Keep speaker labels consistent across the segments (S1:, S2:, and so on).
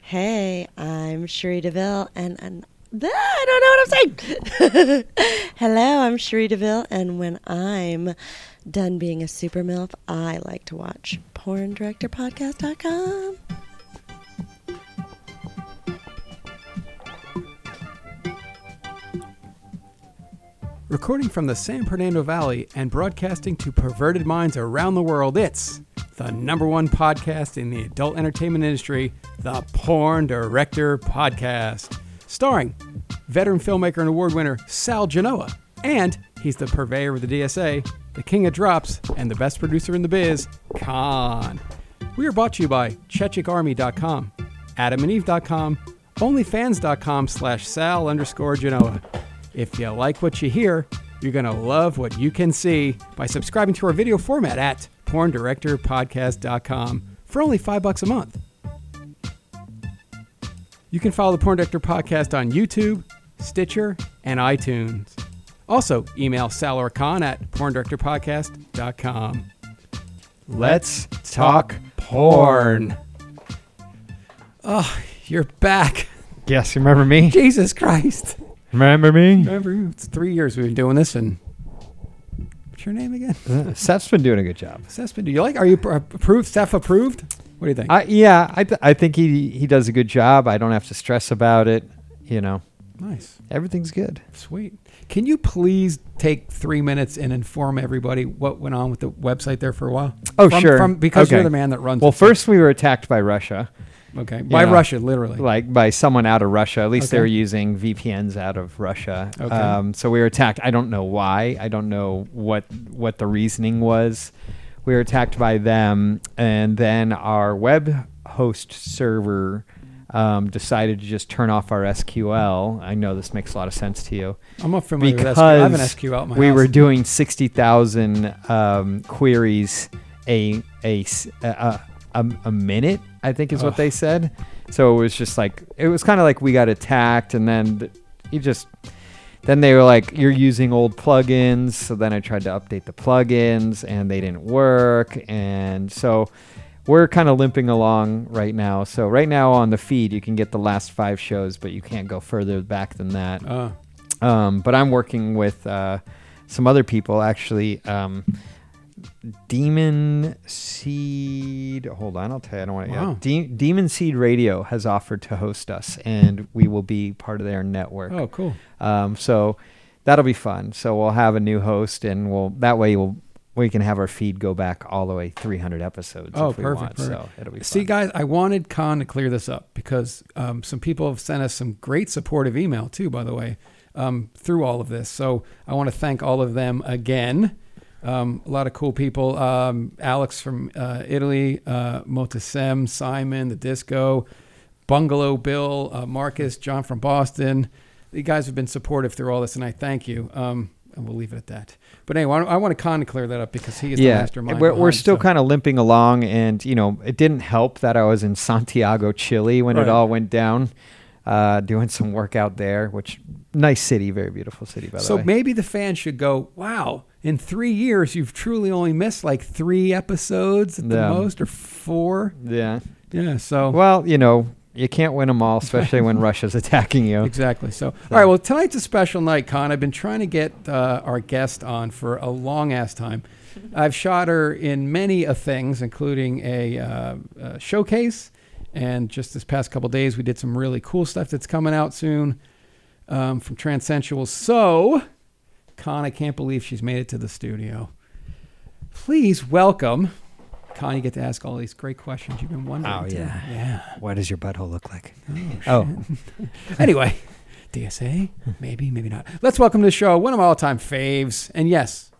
S1: Hey, I'm Cherie DeVille, and, and Ah, I don't know what I'm saying. Hello, I'm Cherie DeVille, and when I'm done being a super MILF, I like to watch porndirectorpodcast.com.
S2: Recording from the San Fernando Valley and broadcasting to perverted minds around the world, it's the number one podcast in the adult entertainment industry, the Porn Director Podcast, starring veteran filmmaker and award winner Sal Genoa. And he's the purveyor of the DSA, the king of drops, and the best producer in the biz, Khan. We are brought to you by ChechikArmy.com, AdamandEve.com, OnlyFans.com slash Sal underscore Genoa. If you like what you hear, you're going to love what you can see by subscribing to our video format at PornDirectorPodcast.com for only five bucks a month. You can follow the Porn Director Podcast on YouTube, Stitcher, and iTunes. Also, email Sal or Khan at PornDirectorPodcast.com. Let's talk porn. Oh, you're back.
S3: Yes, you remember me?
S2: Jesus Christ.
S3: Remember me?
S2: Remember, you? it's three years we've been doing this, and what's your name again?
S3: Uh, Seth's been doing a good job.
S2: Sesman, do you like? Are you pr- approved? Steph approved? What do you think?
S3: I, yeah, I, th- I think he, he does a good job. I don't have to stress about it. You know,
S2: nice,
S3: everything's good.
S2: sweet. Can you please take three minutes and inform everybody what went on with the website there for a while?
S3: Oh,
S2: From-
S3: sure.
S2: From, because you're
S3: Okay.
S2: the man that runs.
S3: Well,
S2: it.
S3: first we were attacked by Russia,
S2: okay, by
S3: know,
S2: Russia, literally.
S3: like by someone out of Russia. At least they
S2: Okay.
S3: were using VPNs out of Russia.
S2: Okay.
S3: Um, so we were attacked. I don't know why. I don't know what what the reasoning was. We were attacked by them, and then our web host server um, decided to just turn off our SQL. I know this makes a lot of sense to you.
S2: I'm not familiar with SQL. I have an
S3: because
S2: SQL at my
S3: we
S2: house.
S3: were doing 60,000 um, queries a, a, s- a, a, a minute, I think is
S2: Ugh.
S3: what they said. So it was just like, it was kind of like we got attacked and then th- you just, then they were like, you're using old plugins. So then I tried to update the plugins and they didn't work. And so we're kind of limping along right now. So right now on the feed, you can get the last five shows, but you can't go further back than that
S2: Uh,
S3: um, but I'm working with uh, some other people actually. Um, Demon Seed, hold on, I'll tell you. I don't want to.
S2: Wow.
S3: De- Demon Seed Radio has offered to host us, and we will be part of their network.
S2: oh, cool.
S3: Um, so that'll be fun. So we'll have a new host, and we'll that way we'll we can have our feed go back all the way 300 episodes.
S2: Oh,
S3: if we
S2: perfect,
S3: Want.
S2: perfect.
S3: So it'll be
S2: See,
S3: fun.
S2: guys, I wanted Khan to clear this up because um, some people have sent us some great supportive email too, by the way, um, through all of this. So I want to thank all of them again. Um, a lot of cool people. Um, Alex from uh, Italy, uh, Motasem, Simon, the Disco, Bungalow Bill, uh, Marcus, John from Boston. You guys have been supportive through all this, and I thank you. Um, and we'll leave it at that. But anyway, I, I want to Khan to clear that up because he is the mastermind.
S3: We're, we're
S2: behind,
S3: still
S2: so-
S3: kind of limping along, and you know, it didn't help that I was in Santiago, Chile, when
S2: Right.
S3: it all went down, uh, doing some work out there. Which nice city, very beautiful city, by the
S2: So
S3: way.
S2: maybe the fans should go, wow, in three years, you've truly only missed like three episodes at the
S3: Yeah.
S2: most or four.
S3: yeah.
S2: Yeah. So,
S3: Well, you know, you can't win them all, especially when Russia's attacking you.
S2: exactly. So, all right. Well, tonight's a special night, Con. I've been trying to get uh, our guest on for a long ass time. I've shot her in many of things, including a, uh, uh showcase. And just this past couple days, we did some really cool stuff that's coming out soon um, from Transsensual. So, Con, I can't believe she's made it to the studio. Please welcome. Con, you get to ask all these great questions you've been wondering.
S3: Oh,
S2: too.
S3: yeah.
S2: Yeah.
S3: What does your butthole look like?
S2: Oh. shit. anyway, DSA, maybe, maybe not. Let's welcome to the show one of my all time faves. And yes,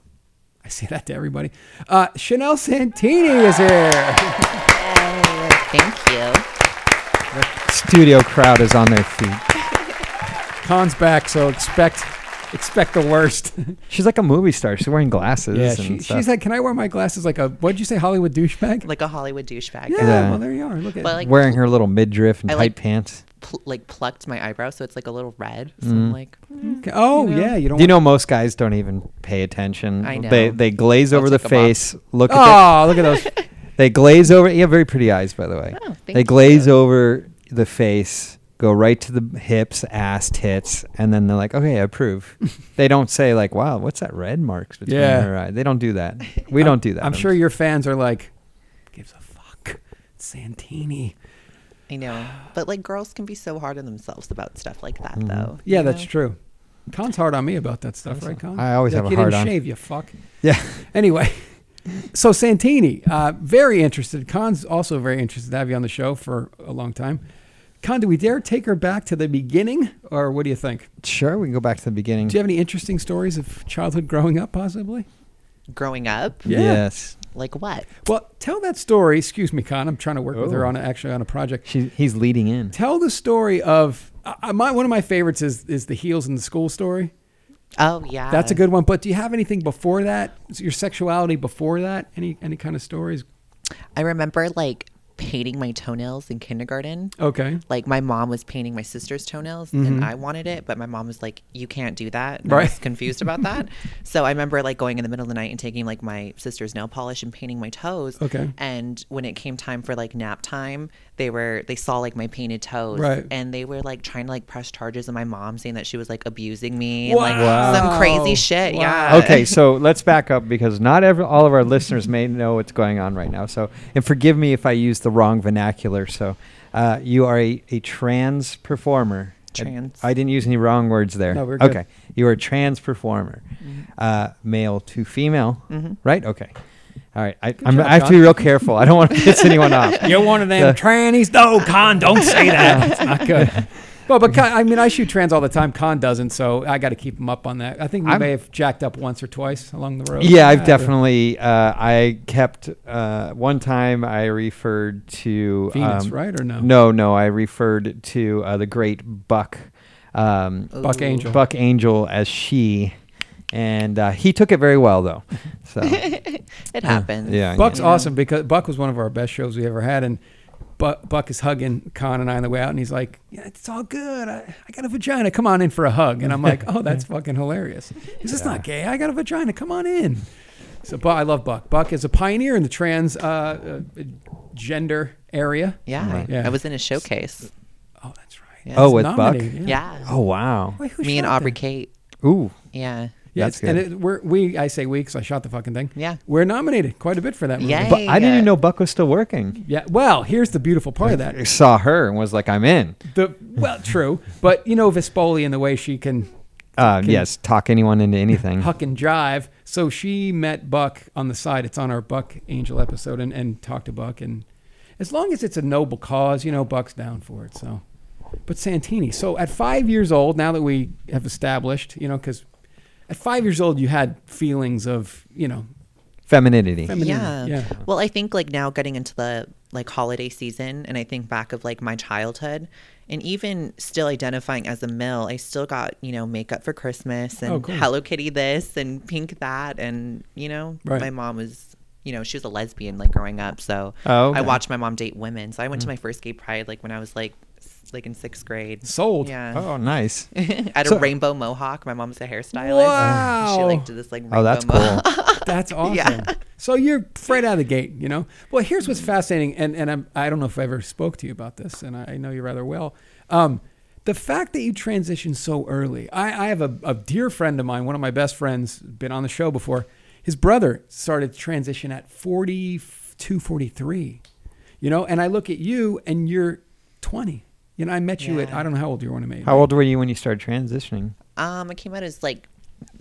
S2: I say that to everybody. Uh, Chanel Santini is here.
S4: Yay, Thank you.
S3: Studio crowd is on their feet.
S2: Khan's back, so expect expect the worst.
S3: She's like a movie star. She's wearing glasses.
S2: yeah,
S3: and
S2: she,
S3: stuff.
S2: she's like, can I wear my glasses like a, what'd you say, Hollywood douchebag?
S4: Like a Hollywood douchebag.
S2: yeah,
S3: Yeah.
S2: well, there you are. Look at
S4: But like,
S3: wearing her little midriff and
S4: I
S3: tight
S4: like-
S3: pants.
S4: pl- like plucked my eyebrow, so it's like a little red. So I'm like, mm.
S2: Okay. Oh,
S4: you know.
S2: yeah, you don't
S3: Do you know most guys don't even pay attention?
S4: I
S3: They
S4: know.
S3: they glaze
S4: I'll
S3: over the
S4: take 'em off.
S3: face. Look at
S2: want- Oh, look at those.
S3: the, they glaze over. You have very pretty eyes, by the way.
S4: Oh, thank
S3: they
S4: you.
S3: glaze over the face, go right to the hips, ass, tits, and then they're like, okay, I approve. they don't say like, wow, what's that red marks between
S2: Yeah.
S3: her eye? They don't do that. We don't do that.
S2: I'm sure your fans are like, gives a fuck. It's Santini.
S4: I know. But like girls can be so hard on themselves about stuff like that though.
S2: Mm-hmm. Yeah,
S4: you
S2: that's
S4: know?
S2: true. Con's hard on me about that stuff, right, Con?
S3: I always
S2: Like,
S3: have a
S2: you
S3: hard
S2: didn't
S3: on.
S2: shave, you fuck.
S3: Yeah.
S2: Anyway, so Santini, uh, very interested. Con's also very interested to have you on the show for a long time. Con, do we dare take her back to the beginning, or what do you think?
S3: Sure, we can go back to the beginning.
S2: Do you have any interesting stories of childhood growing up, possibly?
S4: Growing up,
S2: Yeah.
S3: Yes.
S4: like what?
S2: Well, tell that story. Excuse me, Con. I'm trying to work with her
S3: Oh.
S2: on a, actually on a project.
S3: She, he's leading in.
S2: Tell the story of uh, my one of my favorites is is the heels in the school story.
S4: Oh yeah.
S2: That's a good one. But do you have anything before that? Is Your sexuality before that? Any any kind of stories?
S4: I remember like painting my toenails in kindergarten.
S2: Okay.
S4: Like my mom was painting my sister's toenails and I wanted it, but my mom was like, You can't do that. And I was
S2: Mm-hmm. Right.
S4: confused about that. so I remember like going in the middle of the night and taking like my sister's nail polish and painting my toes.
S2: Okay.
S4: And when it came time for like nap time, they were they saw like my painted toes.
S2: Right.
S4: And they were like trying to like press charges on my mom saying that she was like abusing me and like
S2: Wow.
S4: some crazy shit.
S2: Wow.
S4: Yeah.
S3: okay, so let's back up because not every, all of our listeners may know what's going on right now. So, and forgive me if I use the wrong vernacular. So, uh, you are a, a trans performer. I-
S4: Trans.
S3: I, didn't use any wrong words there.
S2: No, we're good. Mm-hmm.
S3: Okay, you are a trans performer, uh, male to female, right? Okay, all right. I, I'm,
S2: job,
S3: I have to
S2: John.
S3: be real careful. I don't want to piss anyone off.
S2: You're one of them trannies. No, Con, don't say that. It's not good. Well, but Con, I mean, I shoot trans all the time. Con doesn't, so I got to keep him up on that. I think we
S3: I'm-
S2: may have jacked up once or twice along the road.
S3: Yeah, I've definitely. Uh, I kept uh, one time. I referred to
S2: Venus,
S3: um,
S2: right, or no?
S3: No, no. I referred to uh, the great Buck, um,
S2: Buck Angel.
S3: Buck Angel as she, and uh, he took it very well though. So
S4: It happens.
S3: yeah,
S2: Buck's
S4: Yeah.
S2: awesome because Buck was one of our best shows we ever had, and Buck, Buck is hugging Con and I on the way out, and he's like, "Yeah, it's all good. I, I got a vagina. Come on in for a hug." And I'm like, "Oh, that's fucking hilarious. This is not gay. I got a vagina. Come on in." So, but I love Buck. Buck is a pioneer in the trans uh, uh, gender area.
S4: Yeah.
S3: Right.
S2: Yeah.
S4: I was in a showcase.
S2: Oh, that's right.
S4: Yeah.
S3: Oh,
S2: It's
S3: with Buck?
S2: nominated,
S4: Yeah.
S3: Oh wow.
S2: Wait, who
S4: Me and
S2: shot
S4: Aubrey
S2: that?
S4: Kate.
S3: Ooh.
S4: Yeah.
S2: Yeah,
S3: That's
S2: it's- and it, we're, we I say we because I shot the fucking thing.
S4: Yeah.
S2: we're nominated quite a bit for that movie.
S4: Yay.
S3: But I didn't
S4: Yeah.
S3: even know Buck was still working.
S2: Yeah. Well, here's the beautiful part of that.
S3: I saw her and was like, I'm in.
S2: The well, true, but you know Vespoli and the way she can
S3: Uh,
S2: Can-
S3: yes, talk anyone into anything.
S2: huck and jive. So she met Buck on the side. It's on our Buck Angel episode, and and talked to Buck. And as long as it's a noble cause, you know Buck's down for it. So, but Santini. So at five years old, now that we have established, you know, because at five years old you had feelings of you know
S3: Femininity.
S4: Yeah.
S2: femininity. Yeah.
S4: Well, I think like now getting into the like holiday season and I think back of like my childhood and even still identifying as a male, I still got, you know, makeup for Christmas and
S2: Oh, cool.
S4: Hello Kitty this and pink that and you know,
S2: Right.
S4: my mom was you know, she was a lesbian like growing up, so
S3: Oh, okay.
S4: I watched my mom date women. So I
S2: Mm.
S4: went to my first gay pride like when I was like s- like in 6th grade.
S2: Sold.
S4: Yeah.
S3: Oh, nice.
S4: I had
S2: So-
S4: a rainbow mohawk. My mom's a hairstylist. She
S2: Wow.
S4: like did this like rainbow
S3: Oh, that's cool.
S4: mohawk.
S2: That's awesome. So you're right out of the gate, you know. Well, here's what's
S4: Mm-hmm.
S2: fascinating, and and I'm, I don't know if I ever spoke to you about this, and I, I know you rather well. Um, the fact that you transitioned so early, I, I have a, a dear friend of mine, one of my best friends, been on the show before. His brother started to transition at 42, 43, you know. And I look at you, and you're 20. You know, I met you at
S4: Yeah.
S2: I don't know how old you were when I met you.
S3: How old were you when you started transitioning?
S4: Um, I came out as like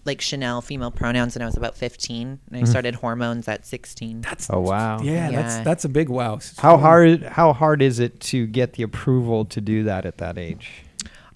S4: like Chanel female pronouns and I was about 15 and I
S2: Mm-hmm.
S4: started hormones at 16.
S2: That's
S3: Oh, wow.
S2: Yeah, that's
S4: Yeah.
S2: that's a big wow.
S3: How hard how hard is it to get the approval to do that at that age?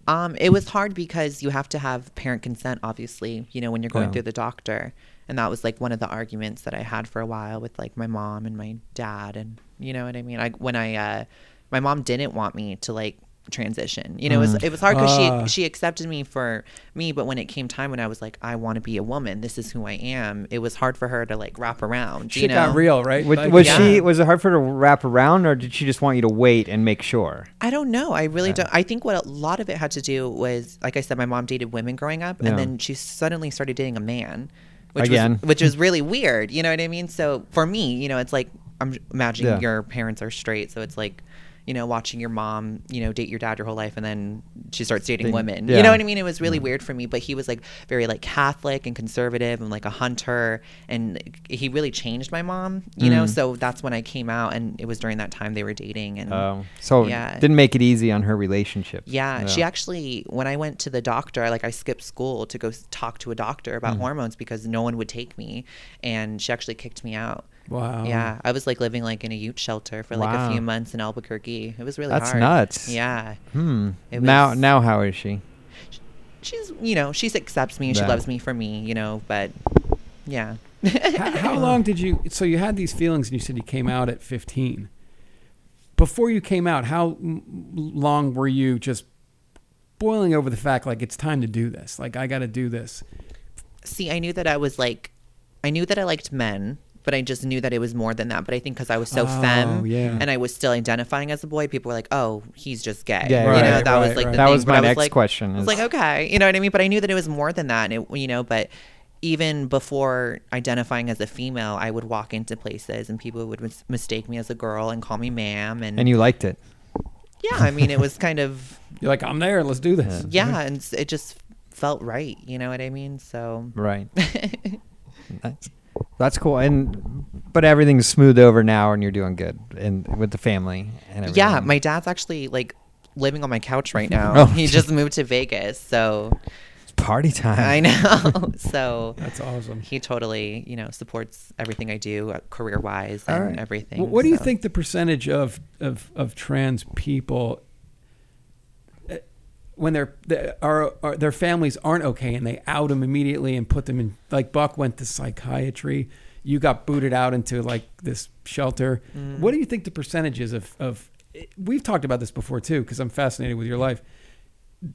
S4: Um, it was hard because you have to have parent consent obviously, you know, when you're going
S3: Yeah.
S4: through the doctor. And that was like one of the arguments that I had for a while with like my mom and my dad and you know what I mean? I when I uh my mom didn't want me to like transition. You know, it was it was hard cuz
S2: Ah.
S4: she she accepted me for me, but when it came time when I was like I want to be a woman, this is who I am, it was hard for her to like wrap around,
S2: Shit
S4: you know.
S2: got real, right?
S3: Was,
S2: Like-
S3: was
S4: yeah.
S3: she was it hard for her to wrap around, or did she just want you to wait and make sure?
S4: I don't know. I really don't. I think what a lot of it had to do was, like I said, my mom dated women growing up,
S3: Yeah.
S4: and then she suddenly started dating a man, which
S3: Again.
S4: was, which was really weird. You know what I mean? So for me, you know, it's like I'm imagining
S3: Yeah.
S4: your parents are straight, so it's like you know, watching your mom, you know, date your dad your whole life and then she starts dating
S3: Thing-
S4: women.
S3: yeah.
S4: You know what I mean? It was really weird for me, but he was like very like Catholic and conservative and like a hunter and he really changed my mom, you
S3: Mm.
S4: know? So that's when I came out and it was during that time they were dating and
S3: Oh, so
S4: Mm. Yeah.
S3: didn't make it easy on her relationship.
S4: yeah, she actually, when I went to the doctor, like I skipped school to go s- talk to a doctor about
S3: Mm-hmm.
S4: hormones because no one would take me, and she actually kicked me out.
S2: Wow.
S4: Yeah, I was like living like in a youth shelter for like
S3: Wow.
S4: a few months in Albuquerque. It was really
S3: That's
S4: hard.
S3: nuts.
S4: Yeah,
S3: Hmm.
S4: It
S3: now,
S4: was-
S3: now how is she?
S4: she's you know she accepts me, she
S3: Yeah.
S4: loves me for me, you know. But yeah,
S2: how, how long did you so you had these feelings and you said you came out at 15 before you came out how m- long were you just boiling over the fact like it's time to do this like i gotta do this
S4: see, I knew that I was like, I knew that I liked men. But I just knew that it was more than that. But I think because I was so
S2: Oh,
S4: femme
S2: yeah.
S4: and I was still identifying as a boy, people were like, "Oh, he's just gay."
S3: Yeah,
S4: you
S3: right,
S4: know, that
S2: right,
S4: was like
S2: right.
S4: the
S3: That
S4: thing,
S3: was
S4: but
S3: my
S4: I
S3: next
S4: like-
S3: question
S4: I was
S3: is-
S4: like, okay, you know what I mean. But I knew that it was more than that, and it, you know, but even before identifying as a female, I would walk into places and people would mis- mistake me as a girl and call me ma'am, and,
S3: And you liked it.
S4: yeah, I mean, it was kind of
S2: you're like i'm there let's do this
S4: yeah, and s- it just felt right. You know what I mean? So
S3: Right. that's, that's cool. And but everything's smoothed over now, and you're doing good, and with the family and everything.
S4: yeah, my dad's actually like living on my couch right now.
S3: Oh.
S4: He just moved to Vegas, so
S3: It's party time.
S4: I know. so
S2: that's awesome
S4: he totally, you know, supports everything I do career wise
S3: All
S4: and
S3: right.
S4: everything.
S2: Wh- what do you
S4: so.
S2: think the percentage of of, of trans people uh, when their their- are, are their families aren't okay and they out them immediately and put them in like Buck went to psychiatry, you got booted out into like this shelter.
S4: Mm.
S2: What do you think the percentage is of of eh, we've talked about this before too because I'm fascinated with your life.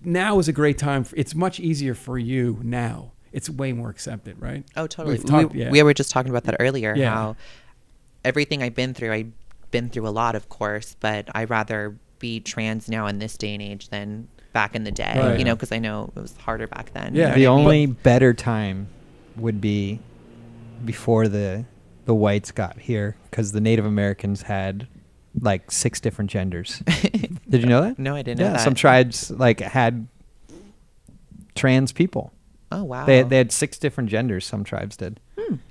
S2: Now is a great time. For, it's much easier for you now. It's way more accepted, right?
S4: Oh, totally.
S2: We've talked-
S4: we,
S2: yeah.
S4: we were just talking about that earlier.
S2: Yeah.
S4: How everything I've been through, I've been through a lot, of course, but I rather be trans now in this day and age than back in the day.
S2: Right.
S4: You know, because I know it was harder back then.
S2: Yeah.
S4: You
S3: the
S4: know what I mean?
S3: only better time would be before the the whites got here because the Native Americans had like six different genders. Did you know that?
S4: No, I didn't
S3: Yeah,
S4: know that.
S3: some tribes like had trans people.
S4: Oh Hmm. wow.
S3: They they had six different genders. Some tribes did,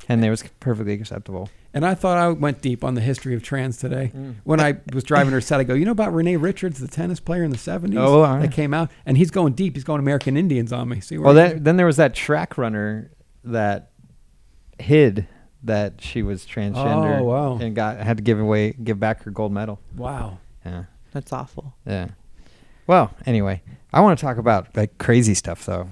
S3: and it was perfectly acceptable.
S2: And I thought I went deep on the history of trans today.
S4: Mm.
S2: When I was driving her set, I go, you know about Renee Richards, the tennis player in the 70s
S3: Oh, all right.
S2: that came out? And he's going deep. He's going American Indians on me. See where
S4: Oh,
S3: Well,
S2: he-
S3: then, then there was that track runner that hid that she was transgender.
S2: Oh, wow.
S3: And got had to give away give back her gold medal.
S2: wow.
S3: Yeah,
S4: That's awful.
S3: yeah. Well, anyway, I want to talk about like crazy stuff though.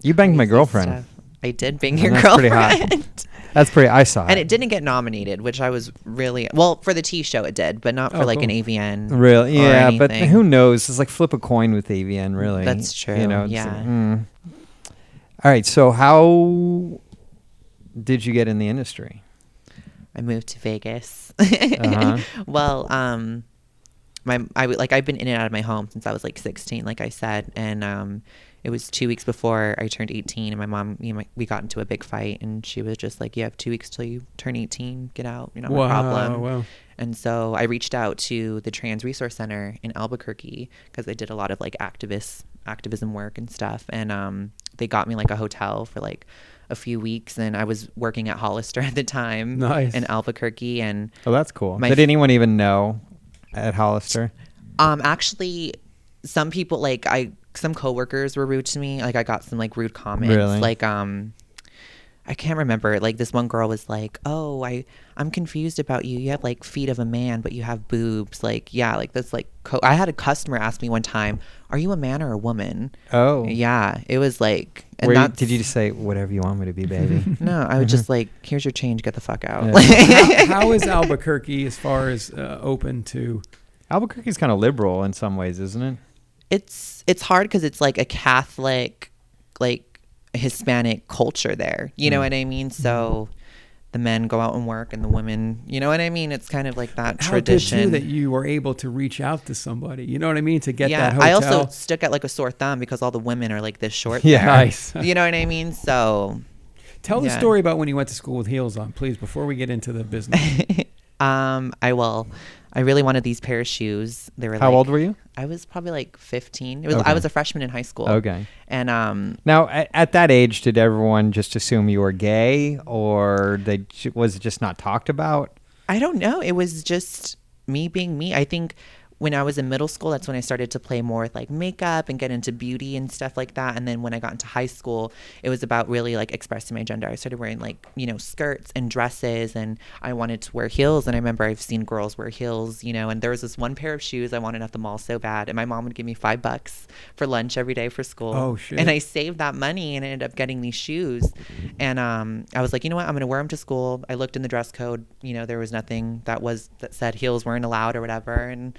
S3: You banged my
S4: Crazy
S3: girlfriend.
S4: stuff. I did bang
S3: And
S4: your
S3: that's pretty
S4: girlfriend.
S3: hot. That's pretty. I saw
S4: And it didn't get nominated, which I was really well for the T show. It did, but not for
S2: Oh,
S4: like
S2: cool.
S4: an AVN. or
S3: Really? Yeah, but
S4: anything.
S3: who knows? It's like flip a coin with AVN, really.
S4: That's
S3: You
S4: true,
S3: know. it's
S4: yeah.
S3: like, hmm. All right. So how did you get in the industry?
S4: I moved to Vegas.
S3: Uh-huh.
S4: well, um, my I w- like I've been in and out of my home since I was like 16, like I said, and um, it was two weeks before I turned 18, and my mom, you know, my, we got into a big fight, and she was just like, "You have two weeks till you turn 18. Get out. You're not my
S2: Wow,
S4: problem."
S2: wow.
S4: And so I reached out to the Trans Resource Center in Albuquerque because I did a lot of like activist activism work and stuff. And um, they got me like a hotel for like a few weeks, and I was working at Hollister at the time
S2: Nice.
S4: in Albuquerque. And
S3: Oh, that's cool.
S4: My
S3: Did
S4: f-
S3: anyone even know at Hollister?
S4: um, actually, some people like I some coworkers were rude to me. Like I got some like rude comments.
S3: Really?
S4: Like um. I can't remember. Like this one girl was like, "Oh, I I'm confused about you. You have like feet of a man, but you have boobs." Like, yeah, like that's like co- I had a customer ask me one time, "Are you a man or a woman?"
S3: Oh,
S4: Yeah, it was like and
S3: Were you-
S4: that's-
S3: did you just say whatever you want me to be, baby?
S4: No, I was just like, "Here's your change. Get the fuck out."
S3: Yeah.
S4: Like,
S2: how, how is Albuquerque as far as uh, open to.
S3: Albuquerque's kind of liberal in some ways, isn't it?
S4: it's it's hard because it's like a Catholic, like Hispanic culture there. You
S2: Mm.
S4: know what I mean? So
S2: Mm-hmm.
S4: the men go out and work, and the women, you know what I mean? It's kind of like that
S2: How good,
S4: tradition.
S2: too, that you were able to reach out to somebody. You know what I mean? To get
S4: yeah,
S2: that hotel.
S4: I also stuck at like a sore thumb because all the women are like this short.
S3: Yeah.
S2: Nice.
S4: there. you know what I mean? So
S2: Tell the
S4: yeah.
S2: story about when you went to school with heels on, please, before we get into the business.
S4: Um, I will. I really wanted these pair of shoes. They were
S3: How
S4: like-
S3: old were you?
S4: I was probably like 15. It was
S3: Okay.
S4: I was a freshman in high school.
S3: Okay.
S4: And um
S3: Now, at, at that age, did everyone just assume you were gay, or they j- was it just not talked about?
S4: I don't know, it was just me being me. I think when I was in middle school, that's when I started to play more with like makeup and get into beauty and stuff like that. And then when I got into high school, it was about really like expressing my gender. I started wearing like, you know, skirts and dresses and I wanted to wear heels. And I remember I've seen girls wear heels, you know, and there was this one pair of shoes I wanted at the mall so bad. And my mom would give me five bucks for lunch every day for school.
S2: Oh, shit.
S4: And I saved that money and I ended up getting these shoes. And um, I was like, you know what? I'm going to wear them to school. I looked in the dress code. You know, there was nothing that was that said heels weren't allowed or whatever. And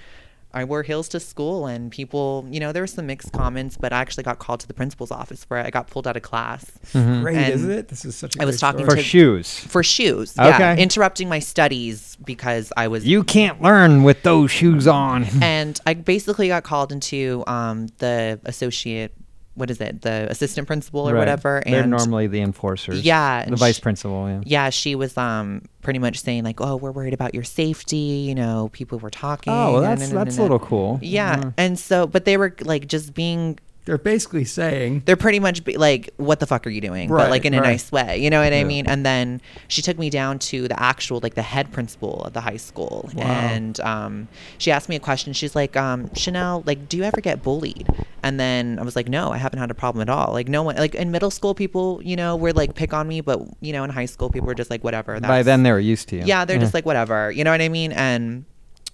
S4: I wore heels to school, and people, you know, there were some mixed comments, but I actually got called to the principal's office for it. I got pulled out of class
S2: Great,
S4: Mm-hmm. And
S2: isn't it? This is such a
S4: I was
S2: great story.
S4: talking
S3: Mm-hmm. For
S4: to-
S3: shoes,
S4: for shoes. Yeah,
S3: Okay.
S4: interrupting my studies because I was
S3: you can't learn with those shoes on.
S4: and I basically got called into um, the associate. What is it? The assistant principal or
S3: Right.
S4: whatever.
S3: They're
S4: and
S3: normally the enforcers.
S4: Yeah,
S3: the
S4: and
S3: vice
S4: sh-
S3: principal. Yeah.
S4: yeah, she was um pretty much saying like, "Oh, we're worried about your safety." You know, people were talking.
S3: Oh, well,
S4: na-
S3: that's
S4: na- na-
S3: that's a
S4: na-
S3: little
S4: na."
S3: cool. Mm-hmm.
S4: Yeah, and so, but they were like just being.
S2: They're basically saying
S4: They're pretty much be, like, "What the fuck are you doing?"
S2: Mm-hmm. Right,
S4: but like in a
S2: right.
S4: nice way, you know what I mean? And then she took me down to the actual like the head principal of the high school, and um, she asked me a question. She's like, um, "Chanel, like, do you ever get bullied?" And then I was like, "No, I haven't had a problem at all." Like no one, like in middle school, people you know were like pick on me, but you know in high school, people were just like, "Whatever."
S3: By
S4: that's-
S3: then they were used to you.
S4: yeah, they're just like whatever. You know what I mean? And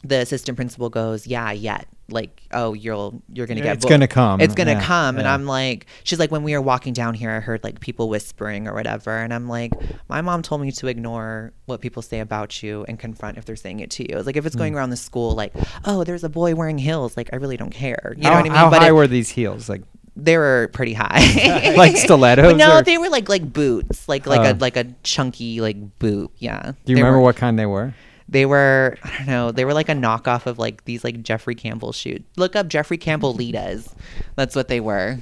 S4: the assistant principal goes, "Yeah, yet." Like, "Oh, you'll you're going to
S2: Yeah,
S4: get
S3: it's
S4: bull-
S3: gonna come.
S4: It's going to
S3: Yeah,
S4: come." And
S3: yeah.
S4: I'm like, she's like, "When we were walking down here, I heard like people whispering or whatever." And I'm like, "My mom told me to ignore what people say about you and confront if they're saying it to you." It's like if it's
S3: Mm.
S4: going around the school like, "Oh, there's a boy wearing heels." Like, I really don't care. You know
S3: how,
S4: what I mean?
S3: How high
S4: it-
S3: were these heels? Like
S4: they were pretty high.
S3: Like stilettos
S4: But no,
S3: or-
S4: they were like like boots, like like
S3: Oh.
S4: a like a chunky like boot. Yeah.
S3: Do you
S4: They
S3: remember
S4: weren't-
S3: what kind they were?
S4: they were I don't know, they were like a knockoff of like these like Jeffrey Campbell shoes. Look up Jeffrey Campbell Litas. That's what they were.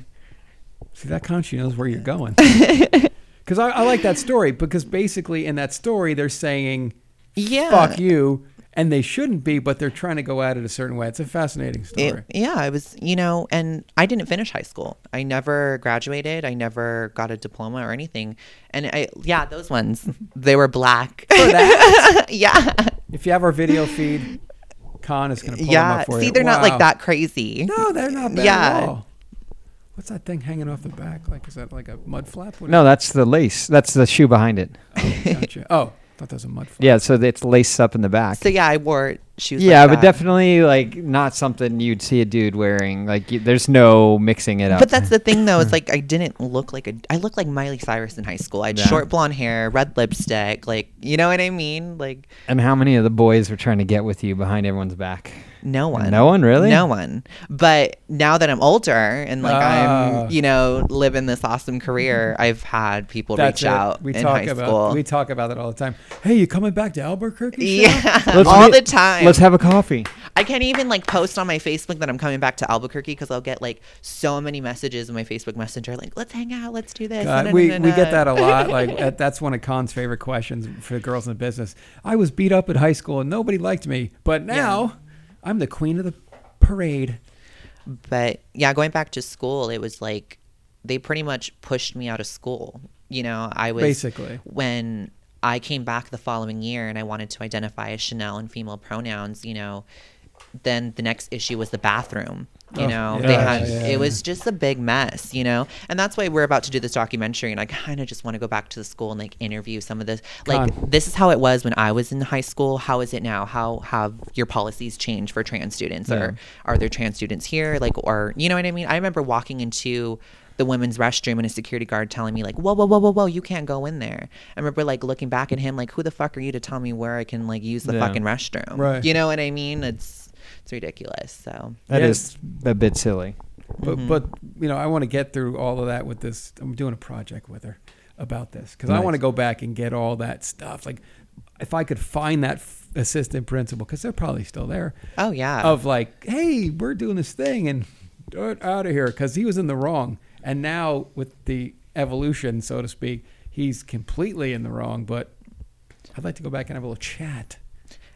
S2: See, that counts. She knows where you're going. Because I, I like that story because basically in that story they're saying,
S4: Yeah.
S2: "Fuck you," and they shouldn't be, but they're trying to go at it a certain way. It's a fascinating
S4: It-
S2: story.
S4: yeah, it was, you know, and I didn't finish high school. I never graduated. I never got a diploma or anything. And I, yeah, those ones, they were black. yeah.
S2: if you have our video feed, Con is going to pull them
S4: Yeah.
S2: up for you.
S4: See, they're not
S2: Wow.
S4: like that crazy.
S2: No, they're not bad at
S4: Yeah.
S2: all. What's that thing hanging off the back? Like, is that like a mud flap? What
S3: No, that's the lace. That's the shoe behind it.
S2: is- gotcha. Oh, thought that was a mud flap.
S3: Yeah, so it's laced up in the back.
S4: So yeah, I wore shoes.
S3: yeah,
S4: like
S3: but
S4: that.
S3: definitely like not something you'd see a dude wearing. Like you, there's no mixing it up.
S4: But that's the thing, though. It's like I didn't look like a. I looked like Miley Cyrus in high school. I had
S3: Yeah.
S4: short blonde hair, red lipstick. Like, you know what I mean? Like,
S3: and how many of the boys were trying to get with you behind everyone's back?
S4: no one.
S3: No one, really?
S4: No one. But now that I'm older and like
S2: Ah.
S4: I'm, you know, living this awesome career, I've had people
S2: That's
S4: reach
S2: it.
S4: out
S2: We
S4: in
S2: talk
S4: high
S2: about
S4: school.
S2: we talk about that all the time. Hey, you coming back to Albuquerque? Sean?
S4: yeah, Uh, all
S3: meet-
S4: the time.
S3: Let's have a coffee.
S4: I can't even like post on my Facebook that I'm coming back to Albuquerque because I'll get like so many messages in my Facebook Messenger like, "Let's hang out, let's do this."
S2: God,
S4: na, na,
S2: Uh, we,
S4: na,
S2: we
S4: na.
S2: get that a lot. Like that- that's one of Khan's favorite questions for the girls in the business. I was beat up at high school and nobody liked me, but now I'm the queen of the parade.
S4: but yeah, going back to school, it was like they pretty much pushed me out of school. You know, I was
S2: Basically.
S4: when I came back the following year and I wanted to identify as Chanel and female pronouns. You know, then the next issue was the bathroom. You
S2: Oh,
S4: know,
S2: yeah,
S4: they had
S2: yeah,
S4: it was just a big mess. You know, and that's why we're about to do this documentary, and I kind of just want to go back to the school and like interview some of this. Like,
S2: Con.
S4: this is how it was when I was in high school. How is it now? How have your policies changed for trans students? Or are there trans students here? Like, or you know what I mean? I remember walking into the women's restroom and a security guard telling me like, whoa, whoa, whoa, whoa, whoa, you can't go in there. I remember like looking back at him like, who the fuck are you to tell me where I can like use the
S3: Yeah.
S4: fucking restroom?
S2: Right.
S4: You know what I mean? It's it's ridiculous. So
S3: That
S2: Yes.
S3: is a bit silly.
S2: But
S4: Mm-hmm.
S2: but you know, I want to get through all of that with this. I'm doing a project with her about this because I
S3: Nice.
S2: want to go back and get all that stuff. Like if I could find that f- assistant principal because they're probably still there.
S4: oh yeah,
S2: of like, hey, we're doing this thing and get out of here because he was in the wrong. And now with the evolution, so to speak, he's completely in the wrong. But I'd like to go back and have a little chat.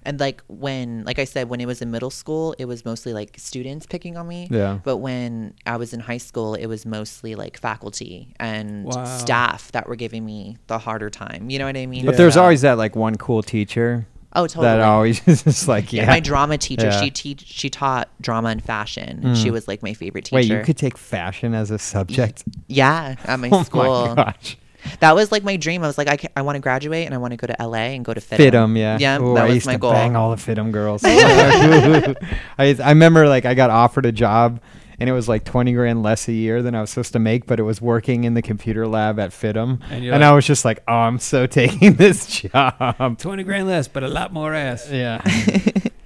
S4: And like when, like I said, when it was in middle school, it was mostly like students picking on me.
S3: Yeah.
S4: But when I was in high school, it was mostly like faculty and
S2: Wow.
S4: staff that were giving me the harder time. You know what I mean?
S3: But there's
S4: So-
S3: always that like one cool teacher
S4: Oh,
S3: that
S4: totally.
S3: always is just like yeah.
S4: Yeah, my drama teacher.
S3: Yeah. Mm.
S4: She teach she taught drama and fashion, and she was like my favorite teacher.
S3: Wait, you could take fashion as a subject?
S4: yeah, at my
S3: oh
S4: school.
S3: my gosh.
S4: That was like my dream. I was like, I, ca- I want to graduate and I want to go to LA and go to Fit. 'em.
S3: Fit 'em, yeah.
S4: Yeah,
S3: Ooh,
S4: that
S3: I
S4: was
S3: used
S4: my
S3: to
S4: goal.
S3: bang all the fit 'em girls. I, I remember like I got offered a job and it was like 20 grand less a year than I was supposed to make, but it was working in the computer lab at Fit 'em.
S2: And
S3: And,
S2: you're
S3: I
S2: like-
S3: was just like, oh, I'm so taking this job.
S2: 20 grand less, but a lot more ass.
S3: Yeah.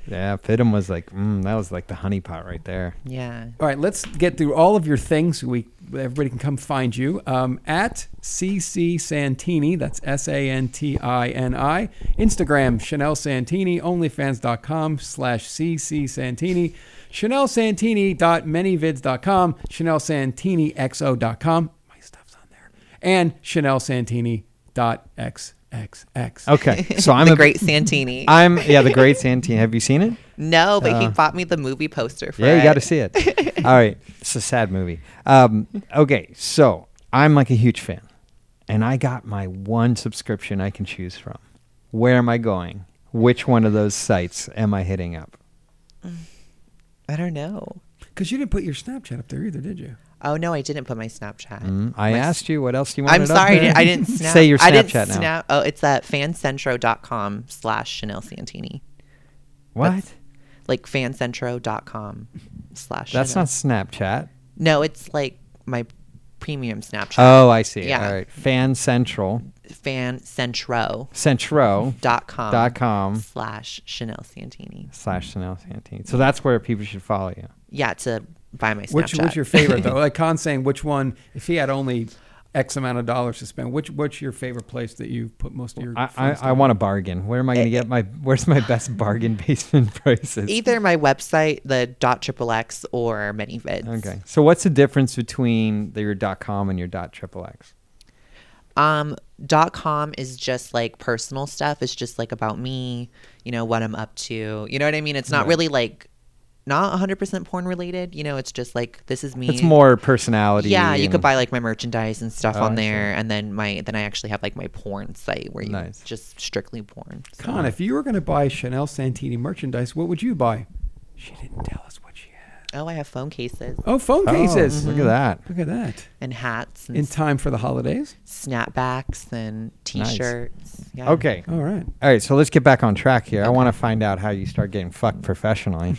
S3: yeah, Fit 'em was like, mm, that was like the honeypot right there.
S4: yeah.
S2: All right, let's get through all of your things. We everybody can come find you um, at CC Santini. That's S A N T I N I. Instagram Chanel Santini. OnlyFans.com slash CC Santini. Chanel Santini.manyvids.com. Chanel Santini XO.com. My stuff's on there. And Chanel Santini.xxx.
S3: Okay, so I'm
S4: the
S3: a
S4: great Santini.
S3: I'm yeah, the great Santini. Have you seen it?
S4: no, but he
S3: Uh,
S4: bought me the movie poster for
S3: yeah, you got to
S4: it.
S3: see it. All right, it's a sad movie. Um, okay, so I'm like a huge fan, and I got my one subscription I can choose from. Where am I going? Which one of those sites am I hitting up?
S4: I don't know.
S2: Because you didn't put your Snapchat up there either, did you?
S4: Oh no, I didn't put my Snapchat.
S3: Mm, I
S4: My
S3: asked you what else you wanted.
S4: I'm
S3: up
S4: sorry,
S3: there.
S4: I didn't- I didn't snap.
S3: Say your Snapchat
S4: I didn't
S3: now.
S4: snap- Oh, it's at fancentro.com slash Chanel Santini.
S3: What?
S4: Like fancentro.com slash
S3: That's
S4: Chanel.
S3: not Snapchat.
S4: No, it's like my premium Snapchat.
S3: Oh, I see.
S4: Yeah. Um.
S3: All right, Fan Central
S4: fancentro.com
S3: Centro dot com
S4: slash Chanel Santini.
S3: slash Chanel Santini. So that's where people should follow you.
S4: Yeah, to buy my Snapchat.
S2: Which what's your favorite though? Like Khan's saying, which one? If he had only X amount of dollars to spend, which what's your favorite place that you put most of your?
S3: I, I,
S2: friends
S3: I want a bargain. Where
S4: Eh,
S3: am I going to get my? Where's my best bargain basement prices?
S4: Either my website, the dot triple X, or ManyVids.
S3: Okay. So what's the difference between the, your dot com and your dot triple X?
S4: Um, dot com is just like personal stuff. It's just like about me, you know, what I'm up to. You know what I mean? It's not really like not 100% porn related. You know, it's just like this is me.
S3: It's more personality.
S4: Yeah, you
S3: and-
S4: could buy like my merchandise and stuff
S3: Oh, I
S4: on
S3: see.
S4: there, and then my then I actually have like my porn site where you
S3: Nice.
S4: just strictly porn.
S2: with? Khan, if you were going to buy Chanel Santini merchandise, what would you buy? She didn't tell us what she had.
S4: Oh, I have phone cases
S2: Oh, phone
S3: Oh,
S2: cases.
S3: Look at that.
S4: Mm-hmm.
S2: Look at that.
S4: and hats and
S2: In time for the holidays.
S4: snapbacks and t-shirts. Yeah.
S3: Okay.
S2: All right.
S3: All right. So let's get back on track here. I want to find out how you start getting fucked professionally.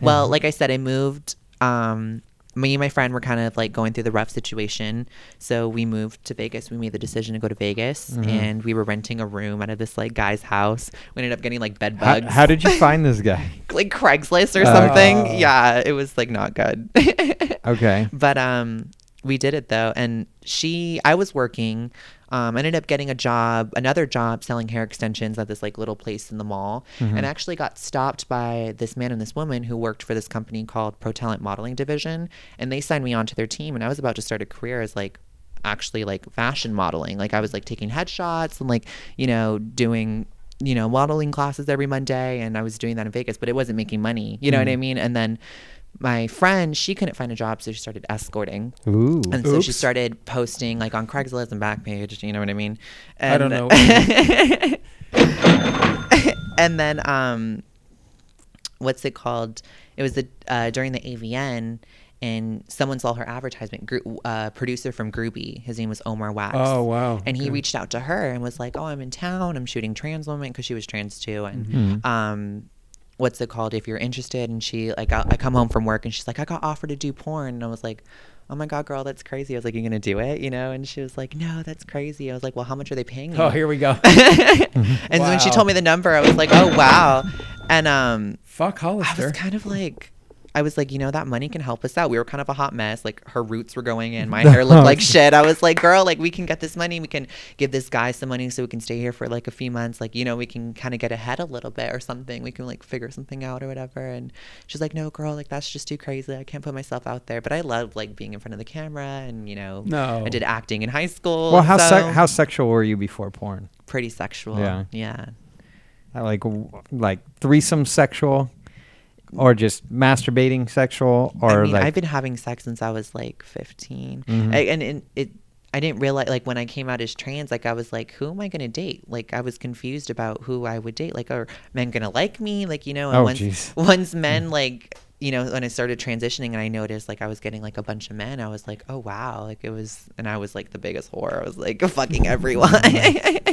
S4: well, like I said, I moved. Um, me and my friend were kind of like going through the rough situation. So we moved to Vegas. We made the decision to go to Vegas
S3: Mm-hmm.
S4: and we were renting a room out of this like guy's house. We ended up getting like bed bugs.
S3: how, how did you find this guy?
S4: like Craigslist or
S3: Oh.
S4: something. Yeah, it was like not good.
S3: Okay.
S4: but um we did it though and she I was working um ended up getting a job, another job selling hair extensions at this like little place in the mall and actually got stopped by this man and this woman who worked for this company called Pro Talent Modeling Division and they signed me onto their team and I was about to start a career as like actually like fashion modeling. Like I was like taking headshots and like, you know, doing you know, modeling classes every Monday and I was doing that in Vegas, but it wasn't making money. You know
S2: Mm.
S4: what I mean? And then my friend, she couldn't find a job, so she started escorting.
S3: Ooh.
S4: And so she
S2: Oops.
S4: started posting like on Craigslist and Backpage, you know what I mean? And,
S2: I don't know.
S4: and then um what's it called? It was the uh, during the AVN and someone saw her advertisement. Gro- uh, producer from Groovy, his name was Omar Wax.
S2: Oh, wow.
S4: And he
S2: Okay.
S4: reached out to her and was like, "Oh, I'm in town. I'm shooting trans women because she was trans too." And
S2: Mm-hmm.
S4: um, what's it called? If you're interested, and she like, I, I come home from work and she's like, "I got offered to do porn," and I was like. Oh my god, girl, that's crazy. I was like, "You gonna do it?" You know, and she was like, "No, that's crazy." I was like, "Well, how much are they paying you?"
S2: Oh, here we go.
S4: and so when she
S2: Wow.
S4: told me the number, I was like, "Oh wow," and um,
S2: Fuck
S3: Oh,
S4: I
S2: Hollister.
S4: was kind of like, I was like, you know, that money can help us out. We were kind of a hot mess. Like her roots were going in. My hair looked like shit. I was like, girl, like we can get this money. We can give this guy some money so we can stay here for like a few months. Like, you know, we can kind of get ahead a little bit or something. We can like figure something out or whatever. And she's like, no, girl, like that's just too crazy. I can't put myself out there. But I love like being in front of the camera and, you know,
S2: No.
S4: I did acting in high school.
S3: Well, how
S4: so
S3: se- how sexual were you before porn?
S4: pretty sexual.
S3: Yeah.
S4: Yeah.
S3: like w- like threesome sexual, or just masturbating sexual, or
S4: I mean,
S3: like
S4: I've been having sex since I was like 15.
S3: Mhm.
S4: I, and, and it, I didn't realize, like, when I came out as trans, like, I was like, who am I going to date? Like, I was confused about who I would date. Like, are men going to like me? Like, you know, and
S3: Oh,
S4: once,
S3: jeez.
S4: once men, like, you know, when I started transitioning and I noticed, like, I was getting, like, a bunch of men, I was like, oh, wow. Like, it was, and I was, like, the biggest whore. I was, like, fucking everyone.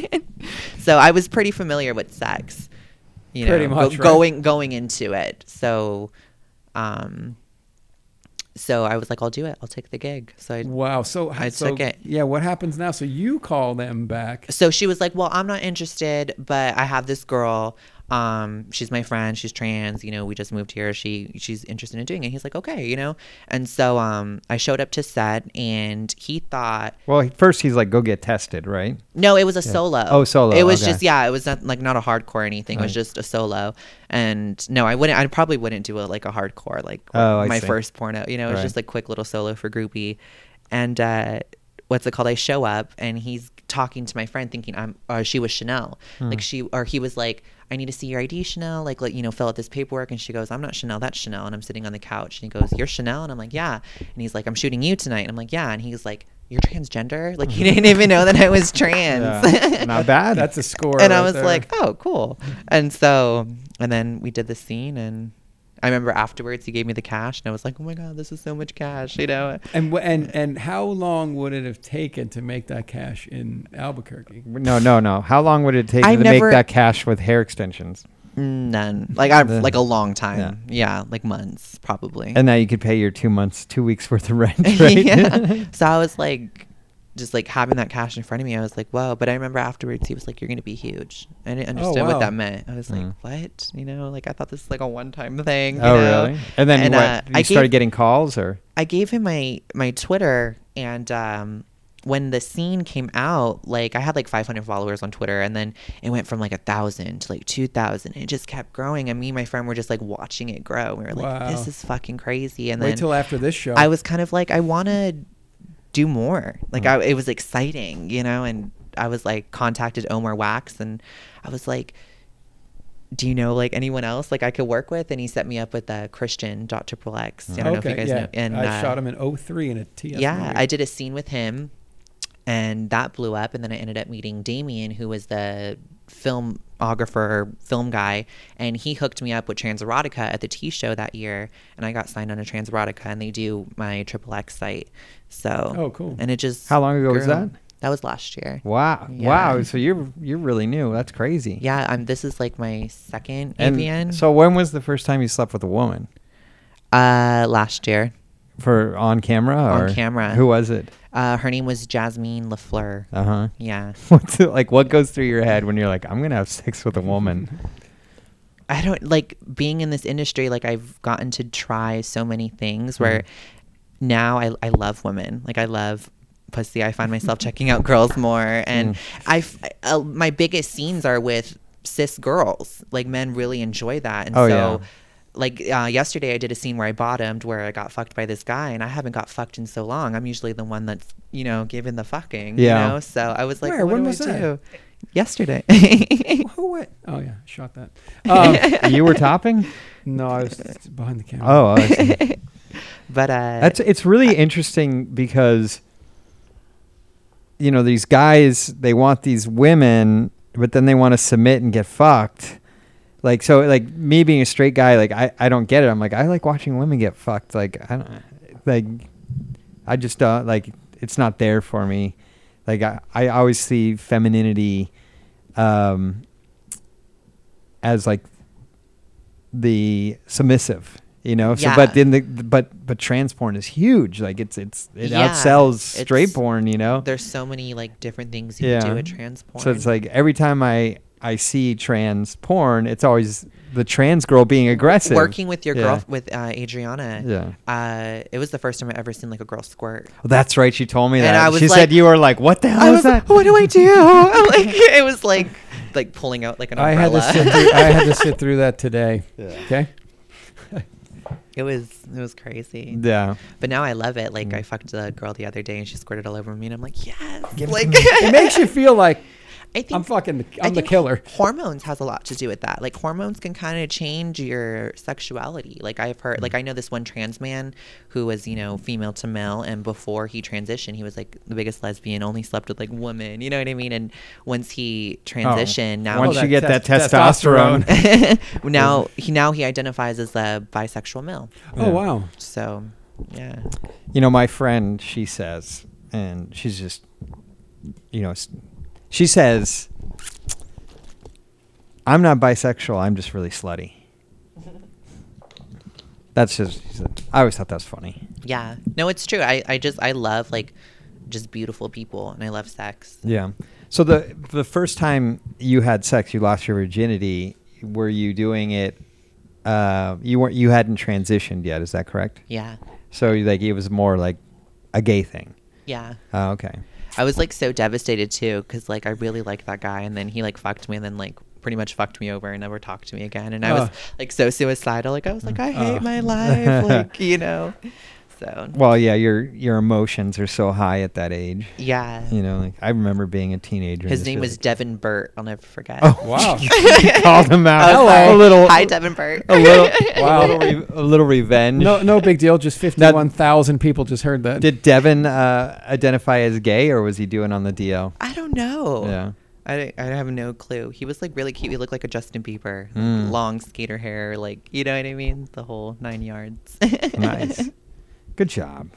S4: so I was pretty familiar with sex, you know,
S2: Pretty
S4: go-
S2: much, right?
S4: going, going into it. So, um, so I was like, I'll do it. I'll take the gig. So I,
S2: Wow. So
S4: I
S2: so,
S4: took it.
S2: Yeah. What happens now? So you call them back.
S4: so she was like, well, I'm not interested, but I have this girl. Um, she's my friend. She's trans. You know, we just moved here. She she's interested in doing it. He's like, okay, you know. And so um, I showed up to set, and he thought,
S3: well, he- first he's like go get tested, right?
S4: no, it was a solo.
S3: Oh, solo,
S4: It was
S3: okay.
S4: just yeah, it was not like not a hardcore or anything. It was just a solo. And no, I wouldn't. I probably wouldn't do a like a hardcore like
S3: Oh, I
S4: my
S3: see.
S4: first porno. You know, it was
S3: Right.
S4: just a quick little solo for groupie. And uh, what's it called? I show up and he's talking to my friend, thinking I'm. Uh, she was Chanel.
S3: Hmm.
S4: Like she or he was like, I need to see your ID, Chanel. Like let you know, fill out this paperwork. And she goes, I'm not Chanel. That's Chanel. And I'm sitting on the couch and he goes, You're Chanel. And I'm like, Yeah. And he's like, I'm shooting you tonight. And I'm like, Yeah. And he's like. You're transgender? Like he didn't even know that I was trans
S3: Yeah. Not bad.
S2: That's a score.
S4: and I
S2: right
S4: was
S2: there.
S4: like, oh, cool. And so, and then we did the scene, and I remember afterwards he gave me the cash, and I was like, oh my god, this is so much cash, you know.
S2: and wh- and and how long would it have taken to make that cash in Albuquerque?
S3: no, no, no. How long would it take
S4: I've
S3: to
S4: never-
S3: make that cash with hair extensions?
S4: None, like I
S3: The-
S4: like a long time, yeah, like months probably.
S3: And now you could pay your two months, two weeks worth of rent, right?
S4: yeah. So I was like, just like having that cash in front of me, I was like, whoa. But I remember afterwards he was like, you're gonna be huge. I didn't
S2: Oh,
S4: understand
S2: wow.
S4: what that meant. I was like,
S3: Mm.
S4: what? You know, like I thought this was like a one time thing. you
S3: Oh,
S4: know?
S3: really? And then what?
S4: uh,
S3: you
S4: I
S3: started
S4: gave-
S3: getting calls, or
S4: I gave him my my Twitter, and um, when the scene came out, like I had like 500 followers on Twitter, and then it went from like a thousand to like 2,000. It just kept growing, and me and my friend were just like watching it grow. We were like,
S2: Wow.
S4: "This is fucking crazy!" And
S2: Wait
S4: then
S2: till after this show.
S4: I was kind of like, "I want to do more." Like I, it was exciting, you know. And I was like, contacted Omar Wax, and I was like. Do you know like anyone else like I could work with? And he set me up with uh, Christian Dr. Prolex. I don't know if you guys know. And
S2: I
S4: uh,
S2: shot him in 03 in a TS.
S4: yeah,
S2: movie.
S4: I did a scene with him, and that blew up. And then I ended up meeting Damien, who was the filmographer, film guy, and he hooked me up with Transerotica at the T show that year, and I got signed on to Transerotica, and they do my Triple X site. So
S2: Oh, cool.
S4: And it just
S3: How long ago was
S4: grew.
S3: that?
S4: That was last year.
S3: wow,
S4: Yeah.
S3: wow. So you're you're really new. That's crazy.
S4: Yeah, I'm. This is like my second
S3: And
S4: AVN.
S3: so when was the first time you slept with a woman
S4: uh, last year,
S3: for on camera?
S4: On
S3: or-
S4: camera.
S3: Who was it?
S4: uh, her name was Jasmine Lafleur.
S3: Uh huh.
S4: Yeah.
S3: What's it, like? What goes through your head when you're like, I'm gonna have sex with a woman?
S4: I don't like being in this industry. Like I've gotten to try so many things where
S3: Mm-hmm.
S4: now I, I love women. Like I love pussy. I find myself checking out girls more. And
S3: Mm.
S4: I, f- uh, my biggest scenes are with cis girls. Like men really enjoy that. And
S3: Oh,
S4: so
S3: yeah.
S4: like uh, yesterday I did a scene where I bottomed where I got fucked by this guy and I haven't got fucked in so long. I'm usually the one that's, you know, given the fucking,
S3: Yeah.
S4: you know? So I was like,
S2: Where?
S4: what
S2: When
S4: do
S2: was
S4: I
S2: that?
S4: do? Yesterday.
S2: Who what? Oh yeah, shot that. Um,
S3: you were topping.
S2: no, I was behind the camera.
S3: Oh, I see.
S4: but, uh,
S3: That's it's really interesting because you know these guys they want these women, but then they want to submit and get fucked. Like so, like me being a straight guy, like I, I don't get it. I'm like I like watching women get fucked. Like I don't like I just don't like it's not there for me. Like I, I always see femininity um, as like the submissive, you know. So,
S4: Yeah.
S3: but then the but but trans porn is huge. Like it's it's it
S4: Yeah,
S3: outsells
S4: it's-
S3: straight porn, you know.
S4: there's so many like different things you
S3: Yeah.
S4: can do with trans porn.
S3: So it's like every time I I see trans porn, it's always the trans girl being aggressive.
S4: working with your
S3: Yeah.
S4: girl with uh, Adriana.
S3: Yeah.
S4: Uh, it was the first time I ever seen like a girl squirt.
S3: Well, that's right. She told me
S4: And
S3: that.
S4: I was
S3: she
S4: like-
S3: said you were like, "What the hell
S4: I
S3: is
S4: was
S3: that?"
S4: like, what do I do? like it was like like pulling out like an
S2: I had
S4: umbrella.
S2: to sit. Through, I had to sit through that today. Okay.
S4: it was it was crazy.
S3: yeah. Mm.
S4: But now I love it. Like I fucked a girl the other day and she squirted all over me and I'm like, yes.
S2: Give it
S4: like
S2: It makes you feel like
S4: I think
S2: I'm fucking.
S4: I
S2: I'm the
S4: think
S2: killer.
S4: Hormones has a lot to do with that. Like hormones can kind of change your sexuality. Like I've heard, like I know this one trans man who was, you know, female to male, and before he transitioned, he was like the biggest lesbian, only slept with like women. You know what I mean? And once he transitioned, now
S3: Oh, Once
S2: Oh,
S3: you
S2: that
S3: get that
S2: test-
S3: testosterone.
S4: now he now he identifies as a bisexual male.
S2: Oh wow.
S4: So, yeah,
S3: you know, my friend, she says, and she's just, you know, s- she says, I'm not bisexual. I'm just really slutty. That's just, she said- I always thought that was funny.
S4: yeah. No, it's true. I I just I love like just beautiful people, and I love sex.
S3: Yeah. So the the first time you had sex, you lost your virginity. Were you doing it? Uh, you weren't. You hadn't transitioned yet. Is that correct?
S4: Yeah,
S3: So you, like it was more like a gay thing.
S4: yeah.
S3: Oh, okay.
S4: I was like so devastated too, because like I really liked that guy, and then he like fucked me, and then like pretty much fucked me over and never talked to me again. And I was
S2: Ugh.
S4: like so suicidal. Like I was like, I hate
S2: Ugh.
S4: my life, like you know. So
S3: Well, yeah, your your emotions are so high at that age.
S4: yeah,
S3: You know, like I remember being a teenager. and
S4: his
S3: just
S4: name
S3: be
S4: was
S3: like-
S4: Devin Burt. I'll never forget.
S3: Oh
S2: Wow.
S3: you called him out.
S4: I was
S3: A
S4: like,
S3: little. Oh.
S4: Hi, Devin Burt.
S3: A little.
S2: Wow.
S3: Wow. A little, re- a little revenge.
S2: No, no big deal. Just fifty-one thousand people just heard that.
S3: Did Devin uh, identify as gay, or was he doing on the DL?
S4: I don't know.
S3: Yeah.
S4: I, I have no clue. He was like really cute. He looked like a Justin Bieber,
S3: Mm.
S4: long skater hair, like you know what I mean, the whole nine yards.
S3: nice. Good job.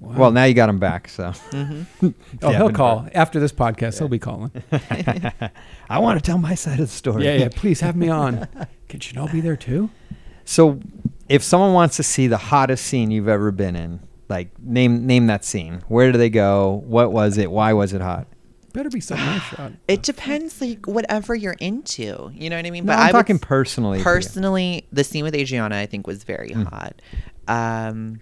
S2: Wow.
S3: Well, now you got him back, so.
S4: Mhm.
S2: oh,
S3: Yeah,
S2: he'll
S3: but-
S2: call after this podcast. He'll be calling.
S3: I want to tell my side of the story.
S2: yeah, yeah. Please have me on. Can Chanel be there too?
S3: So, if someone wants to see the hottest scene you've ever been in, like name name that scene. Where do they go? What was it? Why was it hot?
S2: Better be something I shot.
S4: It depends, like whatever you're into. You know what I mean?
S3: No,
S4: I
S3: I'm
S4: would
S3: talking
S4: s-
S3: personally. Hmm. for you.
S4: Personally, the scene with Adriana, I think, was very hot. Um,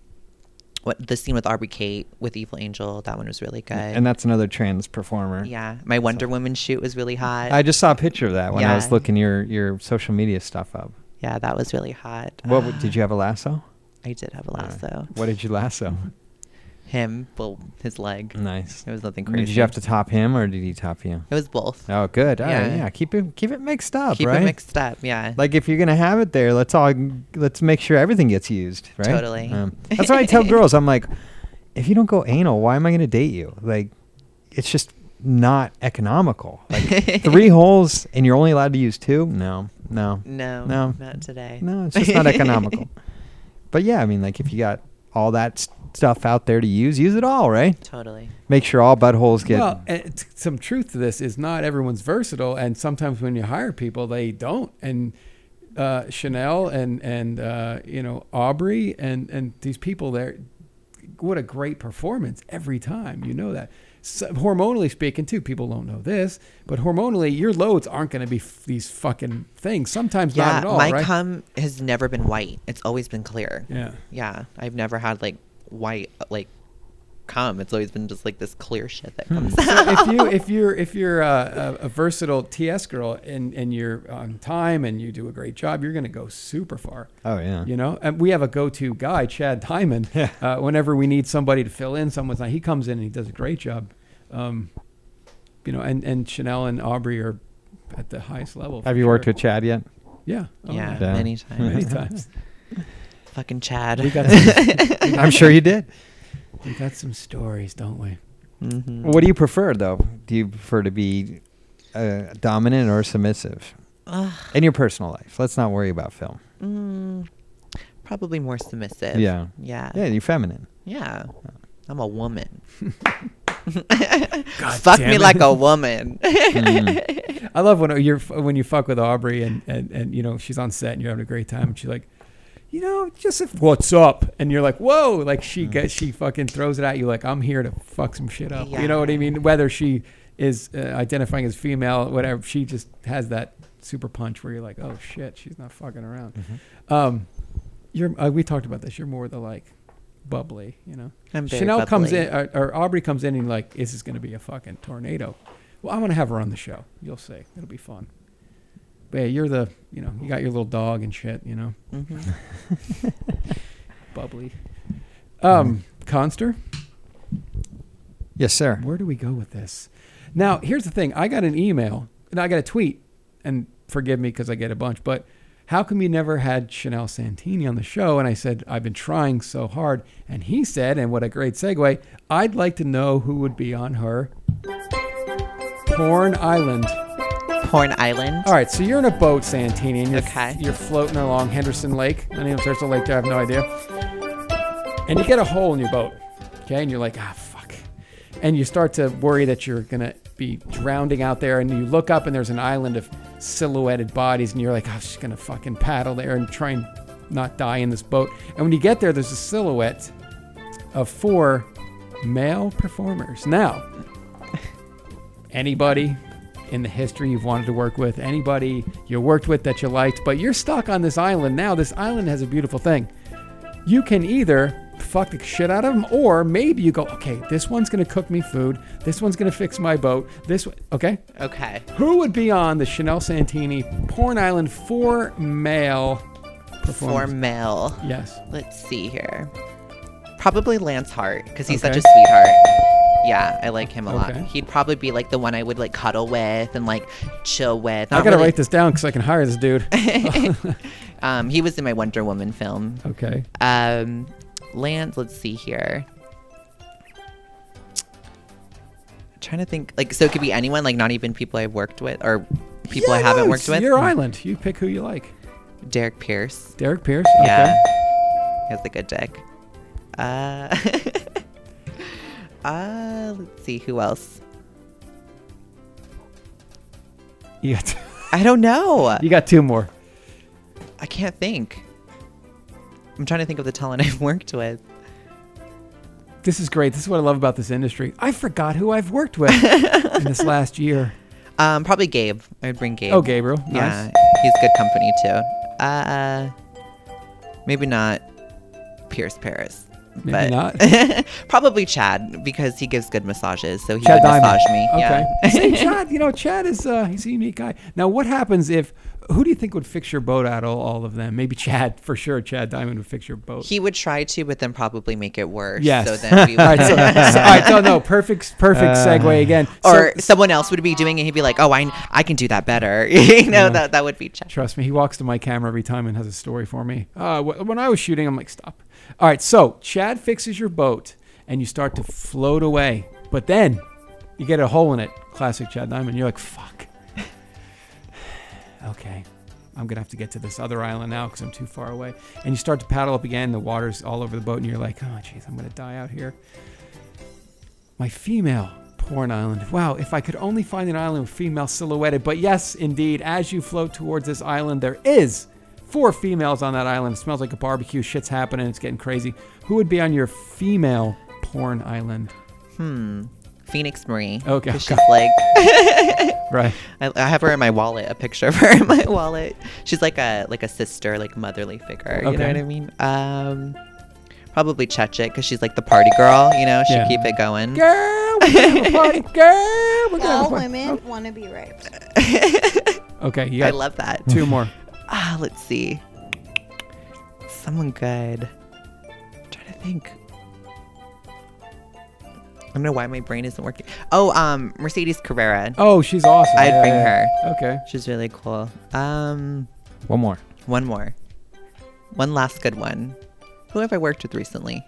S4: what the scene with Aubrey Kate with Evil Angel? That one was really good.
S3: and that's another trans performer.
S4: Uh, yeah, my Wonder Woman shoot was really hot.
S3: Hmm. I just saw a picture of that when I
S4: Yeah.
S3: was looking your your social media stuff up.
S4: yeah, that was really hot.
S3: What
S4: Uh,
S3: w- did you have a lasso?
S4: I did have a lasso.
S3: What did you lasso?
S4: Him, well, his leg.
S3: Nice.
S4: It was nothing crazy.
S3: Did you have to top him or did he top you?
S4: It was both.
S3: Oh, good. All right, yeah.
S4: Yeah.
S3: Keep it keep it mixed up.
S4: Keep
S3: right?
S4: it mixed up. Yeah.
S3: Like if you're gonna have it there, let's all let's make sure everything gets used, right? Um,
S4: Totally.
S3: that's why I tell girls, I'm like, if you don't go anal, why am I gonna date you? Like, it's just not economical. Like three holes and you're only allowed to use two? No, no,
S4: no,
S3: no,
S4: not today.
S3: no. It's just not economical. But yeah, I mean, like if you got all that s- stuff out there to use, use it all, right?
S4: totally.
S3: Make sure all buttholes get.
S2: Well, it's, some truth to this is not everyone's versatile, and sometimes when you hire people, they don't. And uh, Chanel and and uh, you know Aubrey and and these people there, what a great performance every time. You know that. So, hormonally speaking, too, people don't know this, but hormonally, your loads aren't going to be f- these fucking things. Sometimes
S4: Yeah,
S2: not at all,
S4: my
S2: right?
S4: cum has never been white. It's always been clear.
S2: yeah.
S4: Yeah, I've never had like white like cum. It's always been just like this clear shit
S2: Hmm.
S4: that comes out.
S2: if you if you're if you're uh, a, a versatile TS girl and and you're on time and you do a great job, you're going to go super far.
S3: oh yeah.
S2: You know, and we have a go-to guy, Chad Diamond. Uh, whenever we need somebody to fill in someone's night, he comes in and he does a great job. Um, you know, and and Chanel and Aubrey are at the highest level. for
S3: Have you
S2: sure.
S3: worked with Chad yet?
S2: Yeah. Oh,
S4: Yeah,
S3: Yeah.
S4: many times.
S2: Many times.
S4: Fucking Chad.
S2: We got some,
S3: I'm sure you did.
S2: we got some stories, don't we?
S4: Mhm.
S3: What do you prefer, though? Do you prefer to be uh, dominant or submissive
S4: Ugh,
S3: in your personal life? Let's not worry about film.
S4: mm, probably more submissive.
S3: Yeah.
S4: Yeah.
S3: Yeah, you're feminine.
S4: Yeah. I'm a woman.
S2: God
S4: Fuck
S2: Ah, damn
S4: me
S2: it.
S4: like a woman.
S3: Mm.
S2: I love when you're when you fuck with Aubrey and, and and you know she's on set and you're having a great time and she's like, you know, just if, what's up? And you're like, whoa! Like she gets she fucking throws it at you like I'm here to fuck some shit up. You know what I mean? Whether she is uh, identifying as female, whatever, she just has that super punch where you're like, oh shit, she's not fucking around.
S3: Mm-hmm.
S2: Um, you're uh, we talked about this. You're more the like bubbly, you know.
S4: I'm very
S2: Chanel comes
S4: bubbly.
S2: in, or, or Aubrey comes in, and you're like, this is going to be a fucking tornado. Well, I'm going to have her on the show. You'll see. It'll be fun. But yeah, you're the, you know, you got your little dog and shit, you know,
S4: Mhm.
S2: bubbly. Um, Conster,
S3: Yes, sir.
S2: where do we go with this? Now, here's the thing. I got an email and I got a tweet, and forgive me because I get a bunch, but how come you never had Chanel Santini on the show? And I said, I've been trying so hard. And he said, and what a great segue, I'd like to know who would be on her Porn Island.
S4: Porn Island.
S2: All right, so you're in a boat, Santini, and you're,
S4: Okay.
S2: you're floating along Henderson Lake. I mean, if there's a lake there, I have no idea. And you get a hole in your boat, okay? And you're like, ah, fuck. And you start to worry that you're going to be drowning out there. And you look up, and there's an island of silhouetted bodies, and you're like, oh, I'm just going to fucking paddle there and try and not die in this boat. And when you get there, there's a silhouette of four male performers. Now, anybody in the history you've wanted to work with, anybody you worked with that you liked, but you're stuck on this island now. This island has a beautiful thing. You can either fuck the shit out of them, or maybe you go, okay, this one's gonna cook me food, this one's gonna fix my boat, this one, okay?
S4: Okay.
S2: Who would be on the Chanel Santini Porn Island for male
S4: For
S2: performance?
S4: Mel.
S2: yes.
S4: Let's see here. Probably Lance Hart because he's
S2: Okay.
S4: such a sweetheart. Yeah, I like him a lot.
S2: Okay.
S4: He'd probably be like the one I would like cuddle with and like chill with.
S2: I
S4: Not
S2: gotta
S4: really-
S2: write this down because I can hire this dude.
S4: Um, he was in my Wonder Woman film.
S2: okay.
S4: Um, Lance, let's see here. trying to think, like, so it could be anyone, like, not even people I've worked with or people I
S2: Yeah, no,
S4: haven't
S2: it's
S4: worked with.
S2: Your island. You pick who you like.
S4: Derek Pierce.
S2: Derek Pierce.
S4: Yeah.
S2: Okay.
S4: He has a good dick. Uh, uh, let's see who else.
S2: You got,
S4: I don't know.
S2: you got two more.
S4: I can't think. I'm trying to think of the talent I've worked with.
S2: This is great. This is what I love about this industry. I forgot who I've worked with in this last year.
S4: Um, probably Gabe. I would bring Gabe.
S2: Oh, Gabriel. Nice.
S4: Yeah, he's good company too. Uh, maybe not Pierce Paris.
S2: Maybe
S4: but
S2: not.
S4: probably Chad because he gives good massages, so he
S2: Chad
S4: would
S2: Diamond.
S4: massage me.
S2: Okay.
S4: Yeah.
S2: Same Chad. You know, Chad is uh, he's a unique guy. Now, what happens if? Who do you think would fix your boat out of all of them? Maybe Chad for sure. Chad Diamond would fix your boat.
S4: He would try to, but then probably make it worse.
S2: Yes.
S4: So then we would,
S2: all right. So, so, all right. So no. Perfect. Perfect segue again. So-
S4: or someone else would be doing it. He'd be like, "Oh, I, I can do that better." you know,
S2: Yeah.
S4: that that would be Chad.
S2: Trust me, he walks to my camera every time and has a story for me. Uh, wh- when I was shooting, I'm like, stop. All right, so Chad fixes your boat and you start to float away, but then you get a hole in it. Classic Chad Diamond. You're like, fuck. okay, I'm gonna have to get to this other island now because I'm too far away. And you start to paddle up again. The water's all over the boat, and you're like, oh, jeez, I'm gonna die out here. My female porn island. Wow, if I could only find an island with female silhouetted. But yes, indeed, as you float towards this island, there is four females on that island. It smells like a barbecue. Shit's happening. It's getting crazy. Who would be on your female porn island?
S4: Phoenix Marie.
S2: Okay,
S4: 'Cause
S2: okay.
S4: She's like,
S2: Right.
S4: I, I have her in my wallet. A picture of her in my wallet. She's like a like a sister, like motherly figure. You
S2: Okay.
S4: know what I mean? Um, probably Chechik because she's like the party girl. You know, she
S2: Yeah.
S4: would keep it going.
S2: Girl, we're gonna have a party. Girl, we're gonna have Oh. a
S5: All
S2: party.
S5: women want to be raped.
S2: Okay, you got
S4: I love that.
S2: two more.
S4: Ah, let's see. Someone good. I'm trying to think. I don't know why my brain isn't working. Oh, um, Mercedes Carrera.
S2: Oh, she's awesome.
S4: I'd
S2: Yeah,
S4: bring
S2: yeah,
S4: her.
S2: yeah. Okay.
S4: She's really cool. Um,
S3: One more.
S4: one more. One last good one. Who have I worked with recently?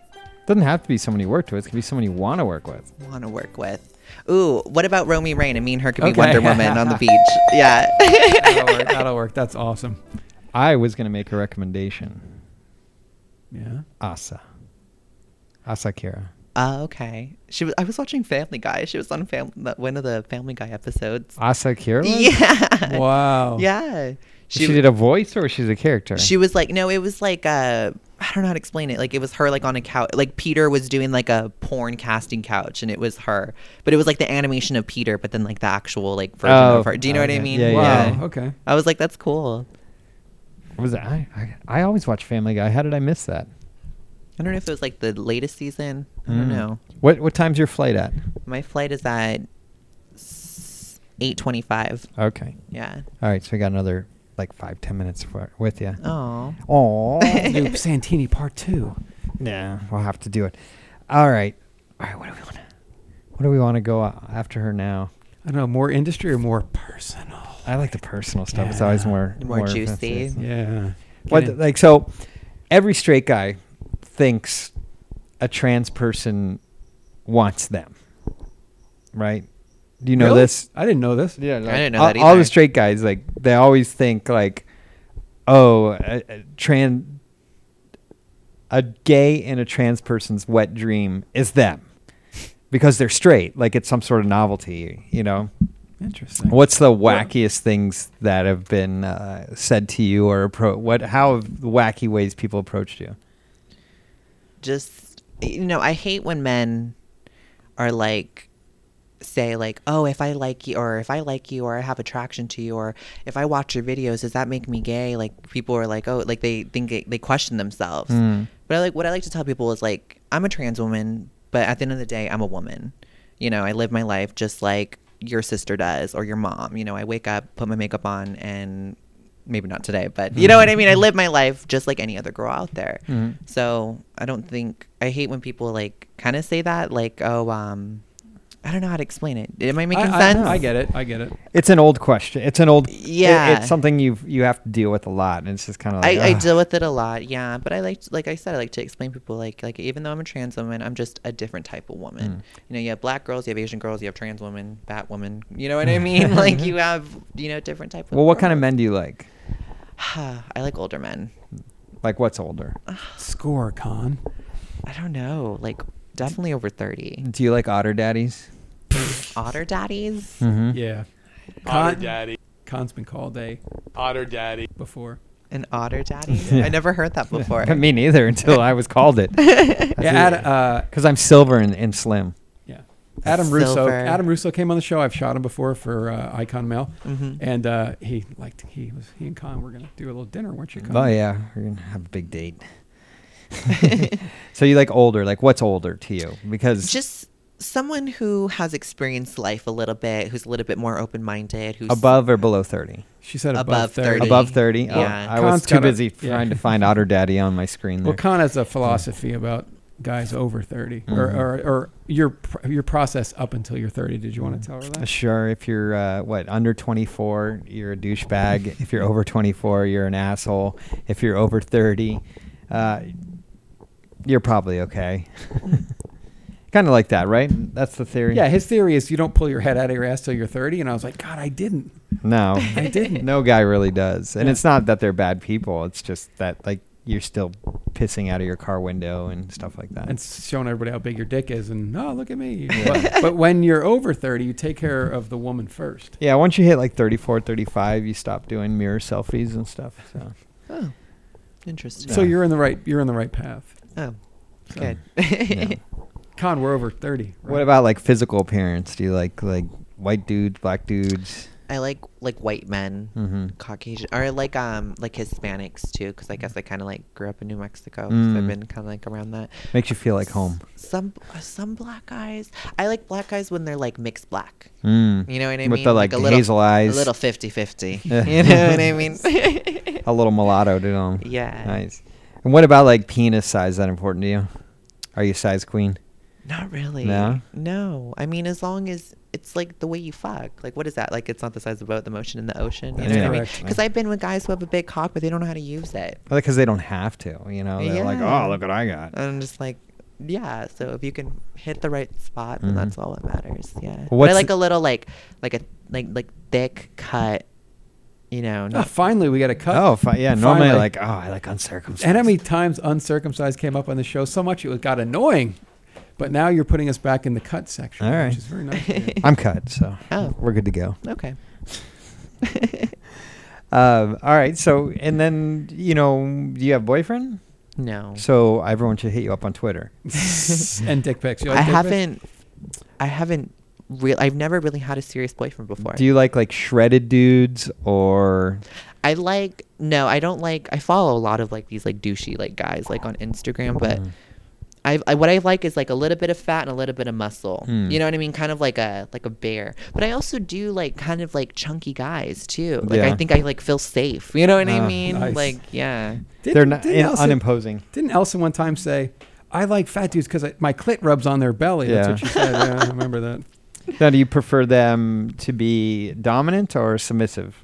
S3: Doesn't have to be someone you worked with. It could be someone you want to work with.
S4: Want to work with? Ooh, what about Romy Rain? I mean, her could be
S2: Okay.
S4: Wonder Woman on the beach. Yeah.
S2: That'll work. That'll work. That's awesome.
S3: I was going to make a recommendation.
S2: Yeah.
S3: Asa. Asa Kira.
S4: Oh, okay. She was. I was watching Family Guy. She was on fam- the- one of the Family Guy episodes.
S3: Asa Kira? was?
S4: Yeah.
S2: Wow.
S4: Yeah.
S3: She, did a voice or she's a character?
S4: She was like, no, it was like uh, I don't know how to explain it. Like it was her like on a couch. Like Peter was doing like a porn casting couch, and it was her. But it was like the animation of Peter, but then like the actual like version
S3: Oh.
S4: of her. Do you know what I
S3: Okay.
S4: mean?
S3: Yeah,
S2: Wow.
S3: yeah.
S2: Okay.
S4: I was like, that's cool.
S3: was it? I, I, I always watch Family Guy. How did I miss that?
S4: I don't know if it was like the latest season. I don't
S3: Mm.
S4: know.
S3: What what time's your flight at?
S4: My flight is at eight twenty-five.
S3: Okay.
S4: Yeah.
S3: All right. So we got another like five ten minutes for, with you.
S4: Oh.
S3: Oh.
S2: New Santini part two.
S3: yeah. We'll have to do it. All right. All right. What do we want to? What do we want to go a- after her now?
S2: I don't know, more industry or more personal?
S3: I like the personal stuff. It's
S2: Yeah.
S3: always more
S4: More juicy.
S3: offensive.
S2: Yeah.
S3: What
S2: Get in.
S3: like so? Every straight guy thinks a trans person wants them, right? Do you know
S2: Really?
S3: this?
S2: I didn't know this.
S3: Yeah,
S4: like- didn't know
S3: all,
S4: that
S3: all
S4: either.
S3: the straight guys like they always think like, oh, a, a trans, a gay and a trans person's wet dream is them, because they're straight. Like it's some sort of novelty, you know.
S2: Interesting.
S3: What's the wackiest things that have been uh, said to you or appro- what? How have the wacky ways people approached you?
S4: just you know i hate when men are like say like oh if i like you or if i like you or i have attraction to you or if i watch your videos does that make me gay like people are like oh like they think it, they question themselves but i like what i like to tell people is like i'm a trans woman but at the end of the day i'm a woman you know i live my life just like your sister does or your mom you know i wake up put my makeup on and maybe not today, but you know what I mean? I live my life just like any other girl out there.
S2: Mm-hmm.
S4: So I don't think I hate when people like kind of say that, like, oh, um, I don't know how to explain it. Am I making
S2: I, I,
S4: sense?
S2: I get it. I get it.
S3: It's an old question. It's an old. it-
S4: Yeah.
S3: it's something you you have to deal with a lot, and it's just kind of. Like,
S4: I, I
S3: ugh.
S4: deal with it a lot, yeah. But I like, like I said, I like to explain to people, like, like even though I'm a trans woman, I'm just a different type of woman.
S3: Mm.
S4: You know, you have black girls, you have Asian girls, you have trans women, fat women. You know what I mean? like, you have, you know, different type of.
S3: Mm. Well, what kind of men do you like?
S4: men? I like older men.
S3: Like what's older?
S2: Score, con.
S4: I don't know, like definitely over thirty.
S3: Do you like otter daddies?
S4: Otter daddies.
S3: Mm-hmm.
S2: Yeah.
S5: Otter
S2: Con-
S5: Daddy.
S2: Con's been called a
S5: Otter Daddy.
S2: before.
S4: An otter daddy?
S3: Yeah.
S4: I never heard that before.
S3: Me neither until I was called it.
S2: Yeah, Ad, uh,
S3: Because I'm silver and, and slim.
S2: yeah. Adam Russo.
S4: Silver.
S2: Adam Russo came on the show. I've shot him before for uh, Icon Mail,
S3: Mm-hmm.
S2: and uh, he liked. He was he and Con were gonna do a little dinner, weren't you? Con?
S3: Oh yeah, we're gonna have a big date. so you like older? Like what's older to you? Because
S4: Just someone who has experienced life a little bit, who's a little bit more open minded, who's
S3: above or below thirty?
S2: She said above,
S4: Above
S2: 30.
S4: 30.
S3: Above 30? Oh,
S4: Yeah.
S3: I was
S2: Khan's
S3: too
S2: got a-
S3: busy
S2: yeah.
S3: trying to find Otter Daddy on my screen
S2: Well,
S3: there.
S2: Con has a philosophy about guys over 30 or,
S3: Mhm.
S2: or or your pr- your process up until you're thirty. Did you want
S3: Mm-hmm.
S2: to tell her that?
S3: Sure, if you're, uh, what, under 24, you're a douchebag. if you're over 24, you're an asshole. If you're over 30, uh, you're probably okay. kind of like that, right? That's the theory?
S2: Yeah, his theory is you don't pull your head out of your ass till you're 30, and I was like, God, I didn't.
S3: No.
S2: I didn't.
S3: no guy really does. And
S2: Yeah.
S3: it's not that they're bad people. It's just that, like, you're still pissing out of your car window and stuff like that.
S2: and showing everybody how big your dick is, and oh, look at me. But, but when you're over 30, you take care of the woman first.
S3: Yeah, once you hit like 34, 35, you stop doing mirror selfies and stuff. So
S4: Oh. Interesting.
S2: So
S3: Yeah.
S2: you're in the right you're in the right path.
S4: Oh.
S2: So-
S4: Good.
S3: yeah.
S2: Con, we're over 30. right?
S3: What about like physical appearance? Do you like like white dudes, black dudes?
S4: I like like white men,
S3: Mhm.
S4: Caucasian, or I like um like Hispanics too, because I guess I kind of like grew up in New Mexico, so
S3: Mm.
S4: I've been kind of like around that.
S3: Makes you feel like home.
S4: Some some black guys, I like black guys when they're like mixed black.
S3: Mm.
S4: You know what I mean?
S3: With the like,
S4: a little,
S3: hazel eyes,
S4: a little 50-50.
S3: Yeah.
S4: You know what I mean?
S3: a little mulatto to them.
S4: Yeah.
S3: nice. And what about like penis size? Is that important to you? Are you a size queen?
S4: Not really.
S3: No?
S4: No. I mean, as long as it's like the way you fuck. Like, what is that? Like, it's not the size of a boat, the motion in the ocean. You
S3: That's
S4: know what I mean?
S2: correct.
S4: Because I've been with guys who have a big cock, but they don't know how to use it.
S3: Because they don't have to. You know, they're like,
S4: Yeah.
S3: oh, look what I got.
S4: And I'm just like, yeah. So if you can hit the right spot,
S3: Mhm.
S4: then that's all that matters. Yeah. But
S3: what's
S4: I like
S3: the-
S4: a little like, like a like like thick cut. You know.
S2: Ah,
S4: Not
S2: finally, we got a cut.
S3: Oh, fi- yeah. Normally,
S2: Finally.
S3: like, oh, I like uncircumcised.
S2: And how many times uncircumcised came up on the show? So much it got annoying. But now you're putting us back in the cut section,
S3: All right.
S2: which is very nice. of you.
S3: I'm cut, so
S4: Oh.
S3: we're good to go.
S4: okay.
S3: Um, all right. So, and then you know, do you have a boyfriend?
S4: No.
S3: So everyone should hit you up on Twitter.
S2: and dick pics. You like
S4: I
S2: dick pics?
S4: haven't. I haven't. Real. I've never really had a serious boyfriend before.
S3: Do you like like shredded dudes or?
S4: I like no, I don't like. I follow a lot of like these like douchey like guys like on Instagram, but
S3: Mm.
S4: I, I what I like is like a little bit of fat and a little bit of muscle.
S3: Mm.
S4: You know what I mean? Kind of like a like a bear. But I also do like kind of like chunky guys too. Like
S3: Yeah.
S4: I think I like feel safe. You know what
S3: Ah,
S4: I mean?
S2: nice.
S4: Like yeah.
S2: Didn't-
S3: They're not
S2: didn't
S3: in,
S2: Elsa-
S3: unimposing.
S2: Didn't Elsa one time say, I like fat dudes because my clit rubs on their belly?
S3: Yeah.
S2: That's what she said. Yeah, I remember that.
S3: Now, do you prefer them to be dominant or submissive?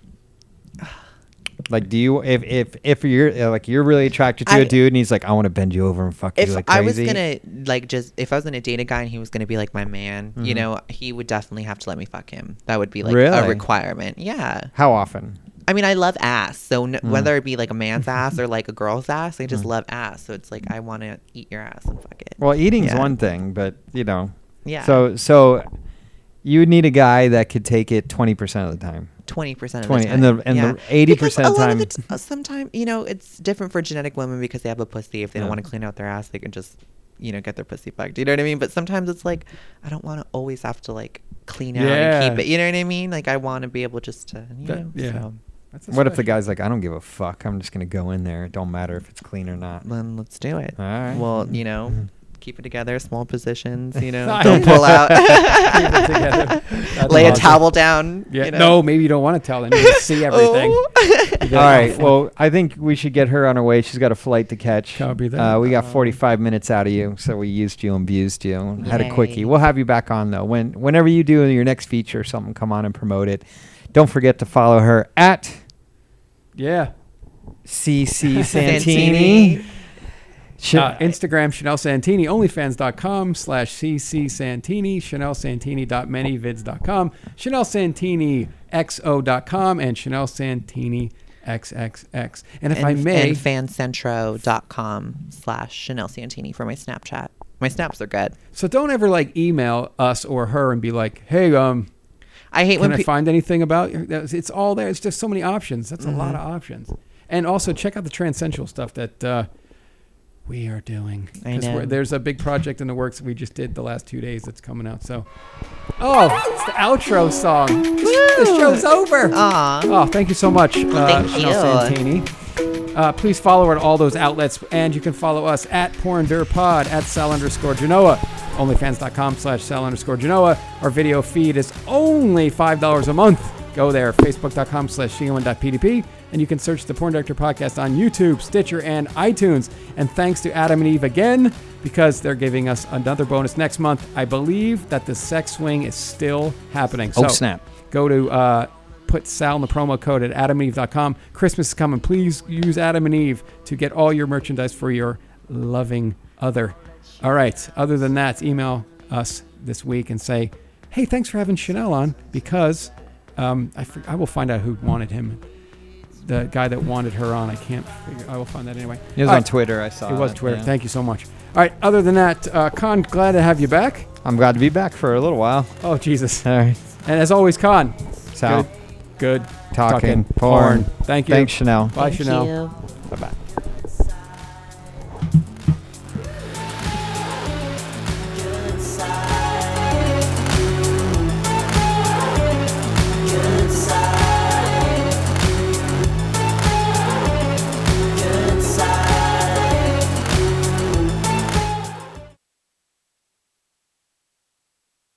S3: Like, do you if if if you're uh, like you're really attracted to a
S4: I-
S3: dude and he's like, I want to bend you over and fuck
S4: if
S3: you like
S4: I was
S3: crazy?
S4: gonna like just if I was gonna date a guy and he was gonna be like my man, you
S3: Mhm.
S4: know, he would definitely have to let me fuck him. That would be like
S3: Really?
S4: a requirement. Yeah.
S3: How often?
S4: I mean, I love ass. So n-
S3: Mm.
S4: whether it be like a man's ass or like a girl's ass, I just love ass. So it's like I want to eat your ass and fuck it.
S3: Well, eating's
S4: Yeah.
S3: one thing, but you know.
S4: Yeah.
S3: So so you would need a guy that could take it twenty percent of the time.
S4: twenty percent of
S3: 20,
S4: the
S3: and
S4: time.
S3: the- and the 80%
S4: Because a lot of
S3: time-
S4: the t- uh, sometimes you know it's different for genetic women because they have a pussy. If they
S3: Yeah.
S4: don't want to clean out their ass, they can just you know get their pussy fucked. You know what I mean? But sometimes it's like I don't want to always have to like clean out
S2: Yeah.
S4: and keep it. You know what I mean? Like I want to be able just to you
S2: That-
S4: know.
S2: yeah.
S4: So.
S2: That's a
S3: What if the
S2: special-
S3: guy's like, I don't give a fuck. I'm just gonna go in there. It don't matter if it's clean or not.
S4: Then let's do it.
S3: All right.
S4: Well, you know,
S3: Mhm.
S4: keep it together, small positions, you know,
S2: Nice.
S4: don't pull out.
S2: Keep it together. That's
S4: Lay a
S2: awesome.
S4: towel down.
S2: Yeah.
S4: you know.
S2: No, maybe you don't want to tell them. You can see everything.
S4: Oh.
S3: All right. Well, I think we should get her on her way. She's got a flight to catch.
S2: Copy that.
S3: Uh, we got
S2: Um,
S3: 45 minutes out of you, so we used you and abused you. and Had a quickie.
S4: Yay.
S3: We'll have you back on though. When whenever you do your next feature or something, come on and promote it. Don't forget to follow her at
S2: Yeah.
S3: CC Santini.
S4: Santini.
S3: Sh-
S2: Uh, Instagram Chanel Santini, OnlyFans.com slash CC Santini, Chanel Santini.manyvids.com, Chanel Santini XO.com, and Chanel Santini XXX. And if
S4: and,
S2: I may,
S4: and fancentro.com slash Chanel Santini for my Snapchat. My snaps are good.
S2: so don't ever like email us or her and be like, hey, um,
S4: I hate
S2: can
S4: when
S2: I
S4: people.
S2: find anything about you? That's- It's all there. It's just so many options. That's a lot
S4: Mm-hmm.
S2: of options. And also check out the transcensual stuff that uh, we are doing.
S4: I
S2: 'Cause
S4: know.
S2: we're- There's a big project in the works that we just did the last two days that's coming out. So, oh, it's the outro song. The show's over.
S4: Aw.
S2: Oh, thank you so much, uh,
S4: Thank
S2: Chanel
S4: you.
S2: Santini. Uh, please follow her at all those outlets, and you can follow us at Porn Beer Pod, at Sal underscore Genoa, OnlyFans.com slash Sal underscore Genoa. Our video feed is only $5 a month. Go there, Facebook.com slash G1.pdp, and you can search the Porn Director Podcast on YouTube, Stitcher, and iTunes. And thanks to Adam and Eve again, because they're giving us another bonus next month. I believe that the sex swing is still happening.
S3: oh
S2: So-
S3: snap!
S2: go to uh, put Sal in the promo code at adamandeve.com. Christmas is coming. Please use Adam and Eve to get all your merchandise for your loving other. All right. Other than that, email us this week and say, hey, thanks for having Chanel on because um, I, for- I will find out who wanted him. The guy that wanted her on. I can't figure. I will find that anyway.
S3: It was
S2: All
S3: on
S2: right,
S3: Twitter. I saw
S2: uh, It was
S3: that,
S2: Twitter.
S3: yeah.
S2: Thank you so much. All right. Other than that, uh, Con, glad to have you back.
S3: I'm glad to be back for a little while.
S2: Oh, Jesus.
S3: All right.
S2: And as always, Con,
S3: Sal,
S2: good
S3: talking,
S2: Talking porn.
S3: porn.
S2: Thank you.
S3: Thanks, Chanel.
S2: Bye,
S4: Thank
S2: Chanel.
S4: you.
S3: Bye bye.